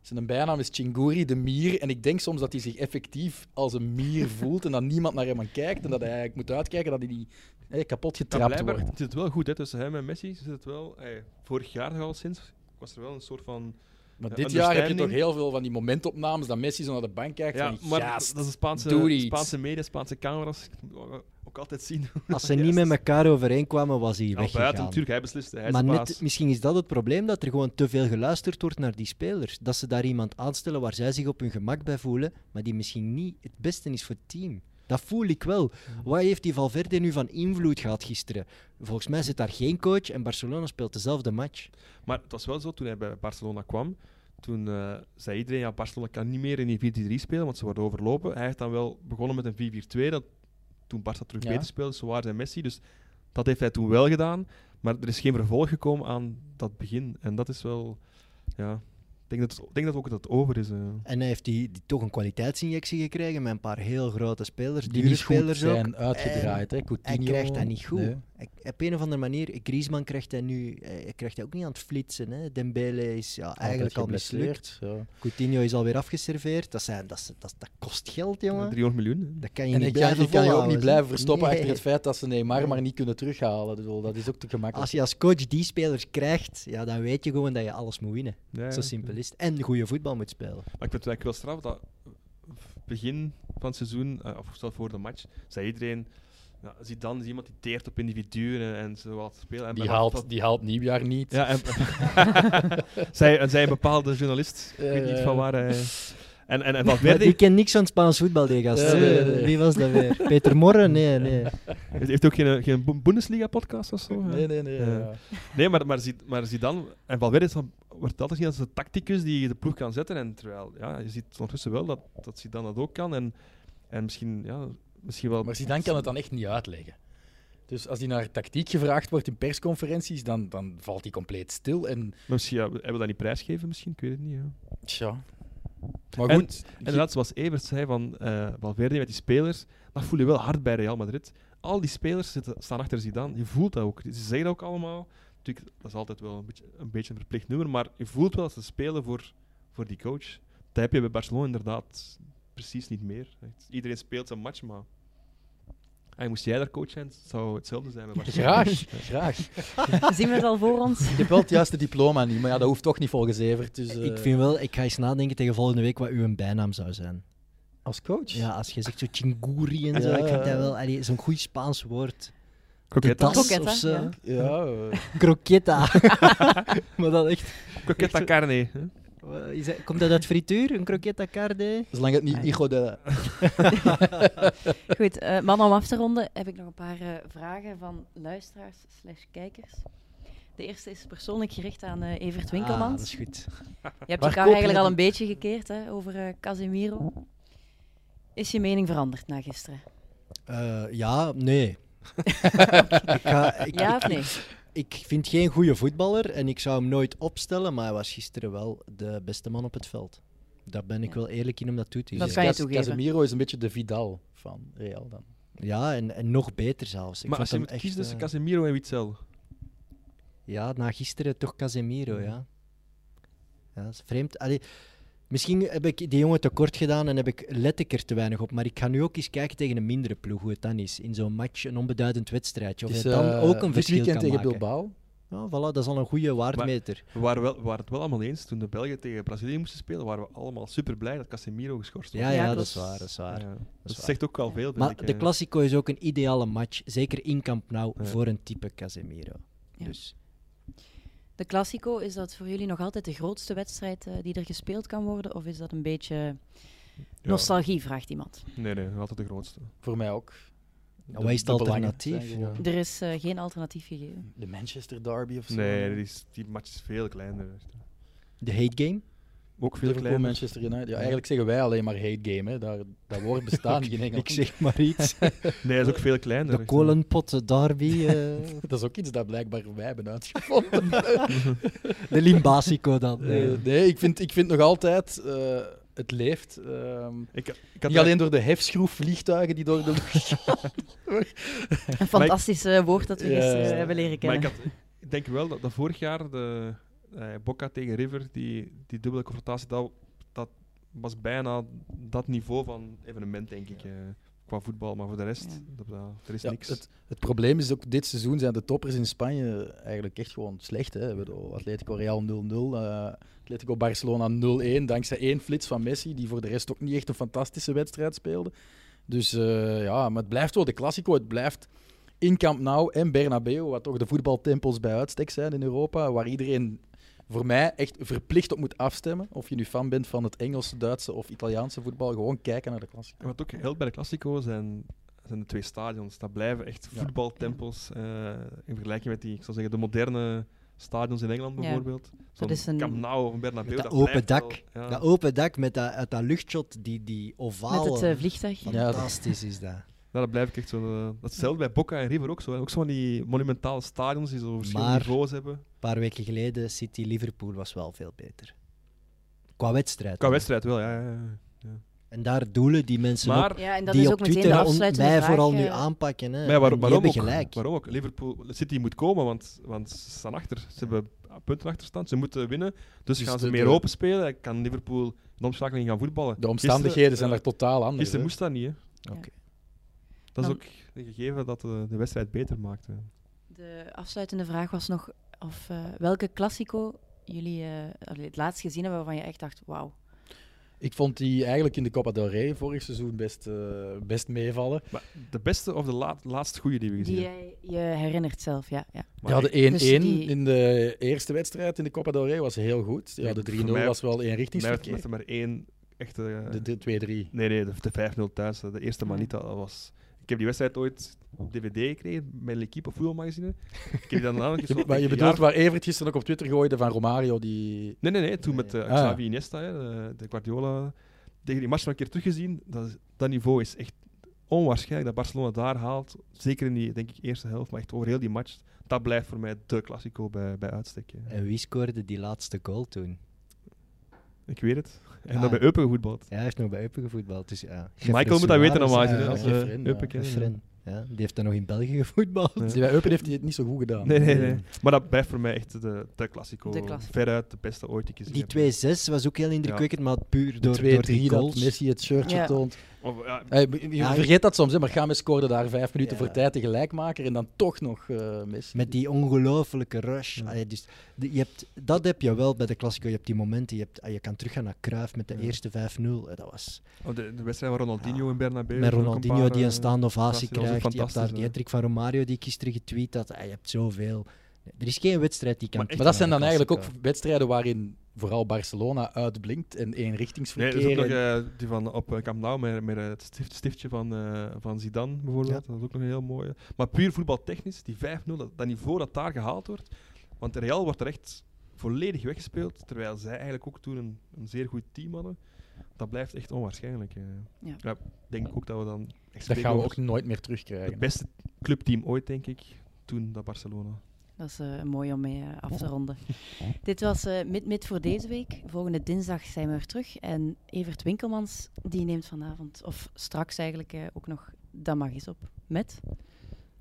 Speaker 1: zijn bijnaam is Chinguri, de mier. En ik denk soms dat hij zich effectief als een mier voelt en dat niemand naar hem aan kijkt. En dat hij eigenlijk moet uitkijken dat hij niet eh, kapot
Speaker 4: Maar
Speaker 1: getrapt
Speaker 4: blijkbaar
Speaker 1: wordt.
Speaker 4: zit het wel goed hè, tussen hem en Messi. Zit het wel, eh, vorig jaar nog al sinds was er wel een soort van...
Speaker 1: Maar
Speaker 4: Ja,
Speaker 1: dit jaar heb je toch
Speaker 4: understanding.
Speaker 1: heel veel van die momentopnames dat Messi zo naar de bank kijkt.
Speaker 4: Ja,
Speaker 1: van,
Speaker 4: maar
Speaker 1: "Gast,
Speaker 4: dat is de Spaanse,
Speaker 1: doe iets."
Speaker 4: Spaanse media, Spaanse camera's. Ik moet ook- Ook altijd zien.
Speaker 3: Als ze niet met elkaar overeenkwamen, was hij
Speaker 4: Al buiten
Speaker 3: weggegaan.
Speaker 4: natuurlijk, hij besliste. Hij is
Speaker 3: Maar
Speaker 4: de
Speaker 3: net,
Speaker 4: baas.
Speaker 3: misschien is dat het probleem, dat er gewoon te veel geluisterd wordt naar die spelers. Dat ze daar iemand aanstellen waar zij zich op hun gemak bij voelen, maar die misschien niet het beste is voor het team. Dat voel ik wel. Wat heeft die Valverde nu van invloed gehad gisteren? Volgens mij zit daar geen coach en Barcelona speelt dezelfde match.
Speaker 4: Maar het was wel zo, toen hij bij Barcelona kwam, toen eh, zei iedereen, ja, Barcelona kan niet meer in die 4-3 spelen, want ze worden overlopen. Hij heeft dan wel begonnen met een 4-4-2, dat, toen Barça terug
Speaker 1: Ja.
Speaker 4: beter speelde, zo waar zijn Messi. Dus dat heeft hij toen wel gedaan, maar er is geen vervolg gekomen aan dat begin. En dat is wel, ja, ik denk dat, ik denk dat ook dat het over is. eh.
Speaker 3: En hij heeft die, die toch een kwaliteitsinjectie gekregen met een paar heel grote spelers.
Speaker 1: die
Speaker 3: Dure
Speaker 1: niet goed
Speaker 3: spelers ook.
Speaker 1: zijn uitgedraaid. Hè.
Speaker 3: Hij
Speaker 1: Coutinho,
Speaker 3: krijgt dat niet goed.
Speaker 1: nee.
Speaker 3: Hij- Op een of andere manier, Griezmann krijgt hij nu eh, hij krijgt hij ook niet aan het flitsen. Hè. Dembele is ja, eigenlijk al
Speaker 1: Altijd
Speaker 3: mislukt.
Speaker 1: geblesseerd, ja.
Speaker 3: Coutinho is alweer afgeserveerd. Dat, zijn, dat, is- dat, dat kost geld, jongen.
Speaker 4: 300 miljoen.
Speaker 3: Dat kan je
Speaker 1: En
Speaker 3: niet
Speaker 1: ik kan,
Speaker 3: blijven
Speaker 1: je kan je ook
Speaker 3: volhouden,
Speaker 1: niet
Speaker 3: hè.
Speaker 1: blijven verstoppen
Speaker 3: Nee.
Speaker 1: achter het feit dat ze Neymar
Speaker 3: Nee.
Speaker 1: maar niet kunnen terughalen. Ik bedoel, dat is ook te gemakkelijk.
Speaker 3: Als je als coach die spelers krijgt, ja, dan weet je gewoon dat je alles moet winnen.
Speaker 4: Ja, ja.
Speaker 3: Zo simpel is het. En goede voetbal moet spelen.
Speaker 4: Maar ik vind het eigenlijk wel straf dat begin van het seizoen, eh, of stel voor de match, zei iedereen. Ja, zie dan is iemand die teert op individuen en, en zo wat spelen. En
Speaker 1: die,
Speaker 4: bij-
Speaker 1: haalt, die haalt nieuwjaar niet.
Speaker 4: Ja, en, zij, en zij een bepaalde journalist, ik weet niet
Speaker 1: Eh,
Speaker 4: van waar hij... En, en, en
Speaker 3: Maar die
Speaker 4: Valverde
Speaker 3: kent niks van Spaans voetbal, die gast.
Speaker 1: Nee, nee,
Speaker 3: Eh,
Speaker 1: nee.
Speaker 3: Wie was dat weer? Peter Morren? Nee, nee.
Speaker 4: heeft heeft ook geen, geen Bundesliga-podcast of zo. hè?
Speaker 1: Nee, nee, nee.
Speaker 4: Ja.
Speaker 1: ja.
Speaker 4: Nee, maar, maar, zie, maar zie dan, en Valverde is dan, wordt altijd gezien als de tacticus die de ploeg kan zetten. En terwijl, ja, je ziet ondertussen wel dat, dat Zidane dat ook kan. En, en misschien, ja, misschien wel...
Speaker 1: Maar Zidane kan het dan echt niet uitleggen. Dus als hij naar tactiek gevraagd wordt in persconferenties, dan, dan valt hij compleet stil. En
Speaker 4: Maar misschien, ja, hij wil dat niet prijsgeven misschien, ik weet het niet. Ja.
Speaker 1: tja. Maar
Speaker 4: En-
Speaker 1: goed, je-
Speaker 4: Inderdaad, zoals Evert zei van eh Valverde met die spelers, dat voel je wel hard bij Real Madrid. Al die spelers zitten, staan achter Zidane, je voelt dat ook. Ze zeggen dat ook allemaal. Natuurlijk, dat is altijd wel een beetje een, beetje een verplicht nummer, maar je voelt wel dat ze spelen voor, voor die coach. Dat heb je bij Barcelona inderdaad precies niet meer. Echt, Iedereen speelt zijn match, maar... En moest jij daar coach zijn, zou hetzelfde zijn bij Barcelona.
Speaker 1: graag, graag.
Speaker 2: Zien we het al voor ons?
Speaker 1: Ik heb wel het juiste diploma niet, maar ja, dat hoeft toch niet volgens Evert. Dus, eh,
Speaker 3: Ik vind wel, ik ga eens nadenken tegen volgende week wat uw bijnaam zou zijn.
Speaker 1: Als coach?
Speaker 3: Ja, als je zegt zo chinguri en zo,
Speaker 1: Ja.
Speaker 3: ik vind dat wel allee, zo'n goed Spaans woord.
Speaker 4: Croqueta.
Speaker 3: De das
Speaker 2: Croqueta,
Speaker 3: of zo.
Speaker 2: ja.
Speaker 1: Ja, eh,
Speaker 3: Croqueta. maar dan echt...
Speaker 4: Croqueta carne. hè.
Speaker 3: Wat is dat- komt dat uit frituur, een croqueta carde?
Speaker 1: zolang het niet Nico de...
Speaker 2: Goed, eh man, om af te ronden heb ik nog een paar eh, vragen van luisteraars slash kijkers. De eerste is persoonlijk gericht aan eh, Evert
Speaker 3: Ah,
Speaker 2: Winkelmans.
Speaker 3: dat is goed.
Speaker 2: Je
Speaker 1: Waar
Speaker 2: hebt elkaar
Speaker 1: koop je
Speaker 2: eigenlijk al
Speaker 1: die-
Speaker 2: een beetje gekeerd hè, over eh, Casemiro. Is je mening veranderd na gisteren?
Speaker 3: Eh, ja, nee. ik, ga, ik,
Speaker 2: ja
Speaker 3: ik,
Speaker 2: of nee?
Speaker 3: ik vind geen goede voetballer en ik zou hem nooit opstellen, maar hij was gisteren wel de beste man op het veld. Daar ben ik
Speaker 2: Ja.
Speaker 3: wel eerlijk in om dat toe te
Speaker 2: Dat
Speaker 3: geven.
Speaker 2: kan je
Speaker 1: Cas-
Speaker 2: toegeven.
Speaker 1: Casemiro is een beetje de Vidal van Real dan.
Speaker 3: Ja, en, en nog beter zelfs. Ik
Speaker 4: maar
Speaker 3: vond
Speaker 4: als je
Speaker 3: hem
Speaker 4: moet
Speaker 3: echt,
Speaker 4: kiezen tussen
Speaker 3: eh,
Speaker 4: Casemiro dus en Witzel.
Speaker 3: Ja, na gisteren toch Casemiro,
Speaker 4: Ja.
Speaker 3: ja. Ja, dat is vreemd. Allee, misschien heb ik die jongen tekort gedaan en heb ik let ik er te weinig op. Maar ik ga nu ook eens kijken tegen een mindere ploeg hoe het dan is. In zo'n match, een onbeduidend wedstrijdje. Of
Speaker 1: Dus,
Speaker 3: hij dan
Speaker 1: eh,
Speaker 3: ook een
Speaker 1: dit
Speaker 3: verschil
Speaker 1: weekend
Speaker 3: kan
Speaker 1: tegen
Speaker 3: maken.
Speaker 1: Bilbao.
Speaker 3: Ja, voilà, dat is al een goede waardmeter.
Speaker 4: We waren, wel, we waren het wel allemaal eens toen de Belgen tegen Brazilië moesten spelen. waren we allemaal super blij dat Casemiro geschorst was.
Speaker 3: Ja,
Speaker 2: Ja,
Speaker 3: ja, dat
Speaker 2: klopt.
Speaker 3: is waar, dat is
Speaker 4: Ja,
Speaker 3: waar.
Speaker 4: dat
Speaker 3: waar.
Speaker 4: zegt ook wel
Speaker 2: Ja.
Speaker 4: veel. vind
Speaker 3: Maar
Speaker 4: ik,
Speaker 3: de
Speaker 4: eh.
Speaker 3: Classico is ook een ideale match, zeker in Camp Nou,
Speaker 4: Ja.
Speaker 3: voor een type Casemiro.
Speaker 2: Ja.
Speaker 3: Dus
Speaker 2: De Classico, is dat voor jullie nog altijd de grootste wedstrijd eh, die er gespeeld kan worden? Of is dat een beetje
Speaker 4: Ja.
Speaker 2: nostalgie, vraagt iemand?
Speaker 4: Nee, nee, altijd de grootste.
Speaker 1: Voor mij ook.
Speaker 3: nou, wat is het
Speaker 1: De belangen
Speaker 3: alternatief?
Speaker 1: zijn gewoon-
Speaker 2: Er is eh, geen alternatief gegeven.
Speaker 1: De Manchester Derby of zo.
Speaker 4: Nee, die, is, die match is veel kleiner.
Speaker 3: De hate game?
Speaker 4: Ook veel
Speaker 1: Liverpool,
Speaker 4: kleiner.
Speaker 1: Manchester United. Ja, eigenlijk zeggen wij alleen maar hate game. Hè. Daar, dat woord bestaat niet in Engeland.
Speaker 3: Ik zeg maar iets.
Speaker 4: Nee, dat is ook veel kleiner.
Speaker 3: De kolenpot derby, eh,
Speaker 1: Dat is ook iets dat blijkbaar wij hebben uitgevonden.
Speaker 3: de limbasico dan.
Speaker 1: Eh, nee, ik vind, ik vind nog altijd... eh, het leeft. ehm,
Speaker 4: Ik, ik had
Speaker 1: niet alleen door de hefschroef vliegtuigen die door de lucht
Speaker 2: Een fantastisch eh, woord dat we
Speaker 1: Ja.
Speaker 2: gisteren hebben leren
Speaker 4: Maar ik,
Speaker 2: kennen.
Speaker 4: had, ik denk wel dat, dat vorig jaar de eh Boca tegen River, die, die dubbele confrontatie, dat, dat was bijna dat niveau van evenement, denk ik. eh, qua voetbal, maar voor de rest,
Speaker 2: Ja.
Speaker 4: dat- dat- er is
Speaker 1: Ja,
Speaker 4: niks.
Speaker 1: Het, het probleem is ook, dit seizoen zijn de toppers in Spanje eigenlijk echt gewoon slecht. Hè? Ik bedoel, Atletico Real 0-0, eh, Atletico Barcelona 0-1, dankzij één flits van Messi, die voor de rest ook niet echt een fantastische wedstrijd speelde. Dus eh, ja, maar het blijft wel de Classico, het blijft in Camp Nou en Bernabeu, wat toch de voetbaltempels bij uitstek zijn in Europa, waar iedereen voor mij echt verplicht op moet afstemmen. Of je nu fan bent van het Engelse, Duitse of Italiaanse voetbal, gewoon kijken naar de Classico.
Speaker 4: En Wat ook helpt bij de Classico zijn, zijn de twee stadions. Dat blijven echt
Speaker 1: Ja.
Speaker 4: voetbaltempels eh, in vergelijking met die, ik zou zeggen, de moderne stadions in Engeland
Speaker 2: Ja.
Speaker 4: bijvoorbeeld. Zo'n
Speaker 2: is een-
Speaker 4: Camp Nou of een Bernabeu.
Speaker 3: Met dat
Speaker 4: blijft
Speaker 3: open dak.
Speaker 4: wel- ja.
Speaker 3: Dat open dak met dat, uit dat luchtshot, die, die
Speaker 2: Met
Speaker 3: ovale.
Speaker 2: het eh, vliegtuig.
Speaker 1: Ja, dat-
Speaker 3: Fantastisch is dat.
Speaker 4: Ja, dat blijf ik echt zo. eh, dat is hetzelfde bij Boca en River ook zo. hè. Ook zo van die monumentale stadions die zo verschillende
Speaker 3: Maar-
Speaker 4: niveaus hebben.
Speaker 3: Een paar weken geleden, City-Liverpool was wel veel beter. Qua wedstrijd.
Speaker 4: Qua
Speaker 3: dan.
Speaker 4: wedstrijd wel, ja. ja, ja.
Speaker 3: En daar doelen die mensen op,
Speaker 4: Maar,
Speaker 2: Ja, en dat
Speaker 3: die
Speaker 2: is ook
Speaker 3: op
Speaker 2: meteen de
Speaker 3: Twitter on-
Speaker 2: afsluitende
Speaker 3: mij
Speaker 2: vraag.
Speaker 3: vooral nu
Speaker 2: eh,
Speaker 3: aanpakken. Hè.
Speaker 4: maar ja, waar-
Speaker 3: En die
Speaker 4: waarom, ook,
Speaker 3: hebben gelijk.
Speaker 4: waarom ook? Liverpool, City moet komen, want, want ze staan achter. Ze hebben punten achterstand, ze moeten winnen. Dus,
Speaker 1: Dus
Speaker 4: gaan ze
Speaker 1: de-
Speaker 4: meer
Speaker 1: de-
Speaker 4: open spelen. en Kan Liverpool de omschakeling gaan voetballen?
Speaker 1: De omstandigheden zijn
Speaker 4: Gisteren,
Speaker 1: daar totaal
Speaker 4: eh,
Speaker 1: anders.
Speaker 4: Gisteren
Speaker 1: hè.
Speaker 4: moest dat niet, hè.
Speaker 3: Oké.
Speaker 4: Dat
Speaker 2: Dan-
Speaker 4: is ook een gegeven dat eh, de, de wedstrijd beter maakt. hè.
Speaker 2: De afsluitende vraag was nog of, eh, welke Classico jullie eh, allee, het laatst gezien hebben waarvan je echt dacht, wauw.
Speaker 1: Ik vond die eigenlijk in de Copa del Rey vorig seizoen best, eh, best meevallen.
Speaker 4: Maar de beste of de laat, laatst goede die we gezien
Speaker 2: Die eh,
Speaker 4: hebben.
Speaker 2: jij je herinnert zelf, ja. ja.
Speaker 1: Die
Speaker 4: Maar
Speaker 1: hadden 1-1
Speaker 4: ik-
Speaker 2: die-
Speaker 1: in de eerste wedstrijd in de Copa del Rey, was heel goed. Ja,
Speaker 4: Ja,
Speaker 1: de 3-0
Speaker 4: voor mij-
Speaker 1: was wel één
Speaker 4: mij werd- werd
Speaker 1: richtingsverkeer.
Speaker 4: er maar één echte... eh,
Speaker 1: De, de 2-3.
Speaker 4: Nee, nee, de, de 5-0 thuis. De eerste maar
Speaker 2: Ja.
Speaker 4: niet. Dat was... Ik heb die wedstrijd ooit op dvd gekregen, mijn L'Equipe voetbalmagazine. Ik heb die dan daarna nog eens
Speaker 1: Je,
Speaker 4: wel
Speaker 1: maar je
Speaker 4: een
Speaker 1: bedoelt
Speaker 4: jaar-
Speaker 1: waar Evert gisteren ook op Twitter gooide van Romario, die...
Speaker 4: Nee, nee, nee. Toen met eh,
Speaker 1: Ah, ja.
Speaker 4: Xavi Iniesta, hè, de, de Guardiola. Tegen die match nog een keer teruggezien. Dat, is- dat niveau is echt onwaarschijnlijk dat Barcelona daar haalt. Zeker in die, denk ik, eerste helft, maar echt over heel die match. Dat blijft voor mij de Classico bij, bij uitstek. hè.
Speaker 3: En wie scoorde die laatste goal toen?
Speaker 4: Ik weet het. En
Speaker 3: Ja.
Speaker 4: dat bij Eupen gevoetbald.
Speaker 3: Ja, hij heeft nog bij Eupen gevoetbald. Dus, ja.
Speaker 4: Michael moet dat weten normaal
Speaker 3: normaal.
Speaker 4: gezien. hè,
Speaker 1: ja,
Speaker 4: als
Speaker 1: ja,
Speaker 4: we
Speaker 1: Gefren, ja.
Speaker 4: Eupen kennen.
Speaker 3: Ja, die heeft dan nog in België gevoetbald.
Speaker 4: Ja.
Speaker 1: die Bij Eupen heeft hij het niet zo goed gedaan.
Speaker 4: Nee, nee, nee. Maar dat blijft voor mij echt de, de Classico.
Speaker 2: De Classico.
Speaker 4: Veruit de beste ooit die ik gezien
Speaker 3: Die
Speaker 4: heb.
Speaker 3: 2-6 was ook heel indrukwekkend, maar puur door, door die
Speaker 1: 2-3 dat
Speaker 3: goals.
Speaker 1: Messi het shirtje
Speaker 2: Ja.
Speaker 1: toont.
Speaker 4: Of, ja,
Speaker 1: Eh, je
Speaker 3: Ja,
Speaker 1: vergeet dat soms, hè, maar Games scoorde daar vijf minuten
Speaker 3: Ja.
Speaker 1: voor tijd de gelijkmaker en dan toch nog eh Messi.
Speaker 3: Met die ongelofelijke rush. Allee, dus de- je hebt, dat heb je wel bij de Classico. Je hebt die momenten. Je, hebt, ah, je kan teruggaan naar Cruyff met de
Speaker 4: Ja.
Speaker 3: eerste 5-0. Eh, Dat was
Speaker 4: of de, de wedstrijd van Ronaldinho in Bernabeu.
Speaker 3: met
Speaker 4: ook een
Speaker 3: Ronaldinho
Speaker 4: paar,
Speaker 3: die
Speaker 4: eh,
Speaker 3: een staande ovatie
Speaker 4: dat was ook
Speaker 3: krijgt. Je hebt daar
Speaker 4: fantastisch,
Speaker 3: die
Speaker 4: hè.
Speaker 3: hat van Romario die ik gisteren getweet had. Ah, je hebt zoveel. Er is geen wedstrijd die kan.
Speaker 4: Maar echt-
Speaker 1: Maar
Speaker 3: tippen
Speaker 1: dat zijn dan
Speaker 3: aan de
Speaker 1: eigenlijk ook
Speaker 3: Classico.
Speaker 1: wedstrijden waarin vooral Barcelona uitblinkt en
Speaker 4: Nee,
Speaker 1: eenrichtingsverkeer.
Speaker 4: er is ook nog
Speaker 1: en-
Speaker 4: eh, die van op eh, Camp Nou met, met het stift- stiftje van, eh, van Zidane bijvoorbeeld. Dat is ook nog een heel mooie. Maar puur voetbaltechnisch, die 5-0, dat, dat niveau dat daar gehaald wordt. Want Real wordt er echt volledig weggespeeld, terwijl zij eigenlijk ook toen een, een zeer goed team hadden. Dat blijft echt onwaarschijnlijk. eh.
Speaker 2: Ja.
Speaker 4: denk ik ook dat we dan echt
Speaker 1: Dat
Speaker 4: spreken
Speaker 1: gaan we
Speaker 4: over
Speaker 1: ook nooit meer
Speaker 4: het
Speaker 1: terugkrijgen.
Speaker 4: beste clubteam ooit, denk ik, toen dat Barcelona.
Speaker 2: Dat is eh, mooi om mee eh, af te ronden. Dit was eh Mid-Mid voor deze week. Volgende dinsdag zijn we er terug. En Evert Winkelmans, die neemt vanavond, of straks eigenlijk eh, ook nog, dat mag eens op. Met?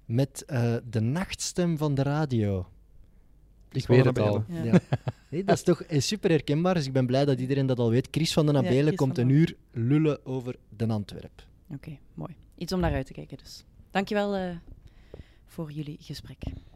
Speaker 3: Met eh, de nachtstem van de radio.
Speaker 1: Ik weet het al.
Speaker 2: Ja.
Speaker 3: Ja. Nee, dat is toch eh, super herkenbaar, dus ik ben blij dat iedereen dat al weet. Chris van den
Speaker 2: Ja,
Speaker 3: Abelen
Speaker 2: Chris
Speaker 3: komt
Speaker 2: van
Speaker 3: een
Speaker 2: den-
Speaker 3: uur lullen over Den Antwerp.
Speaker 2: Oké, mooi. Iets om naar uit te kijken dus. Dankjewel eh voor jullie gesprek.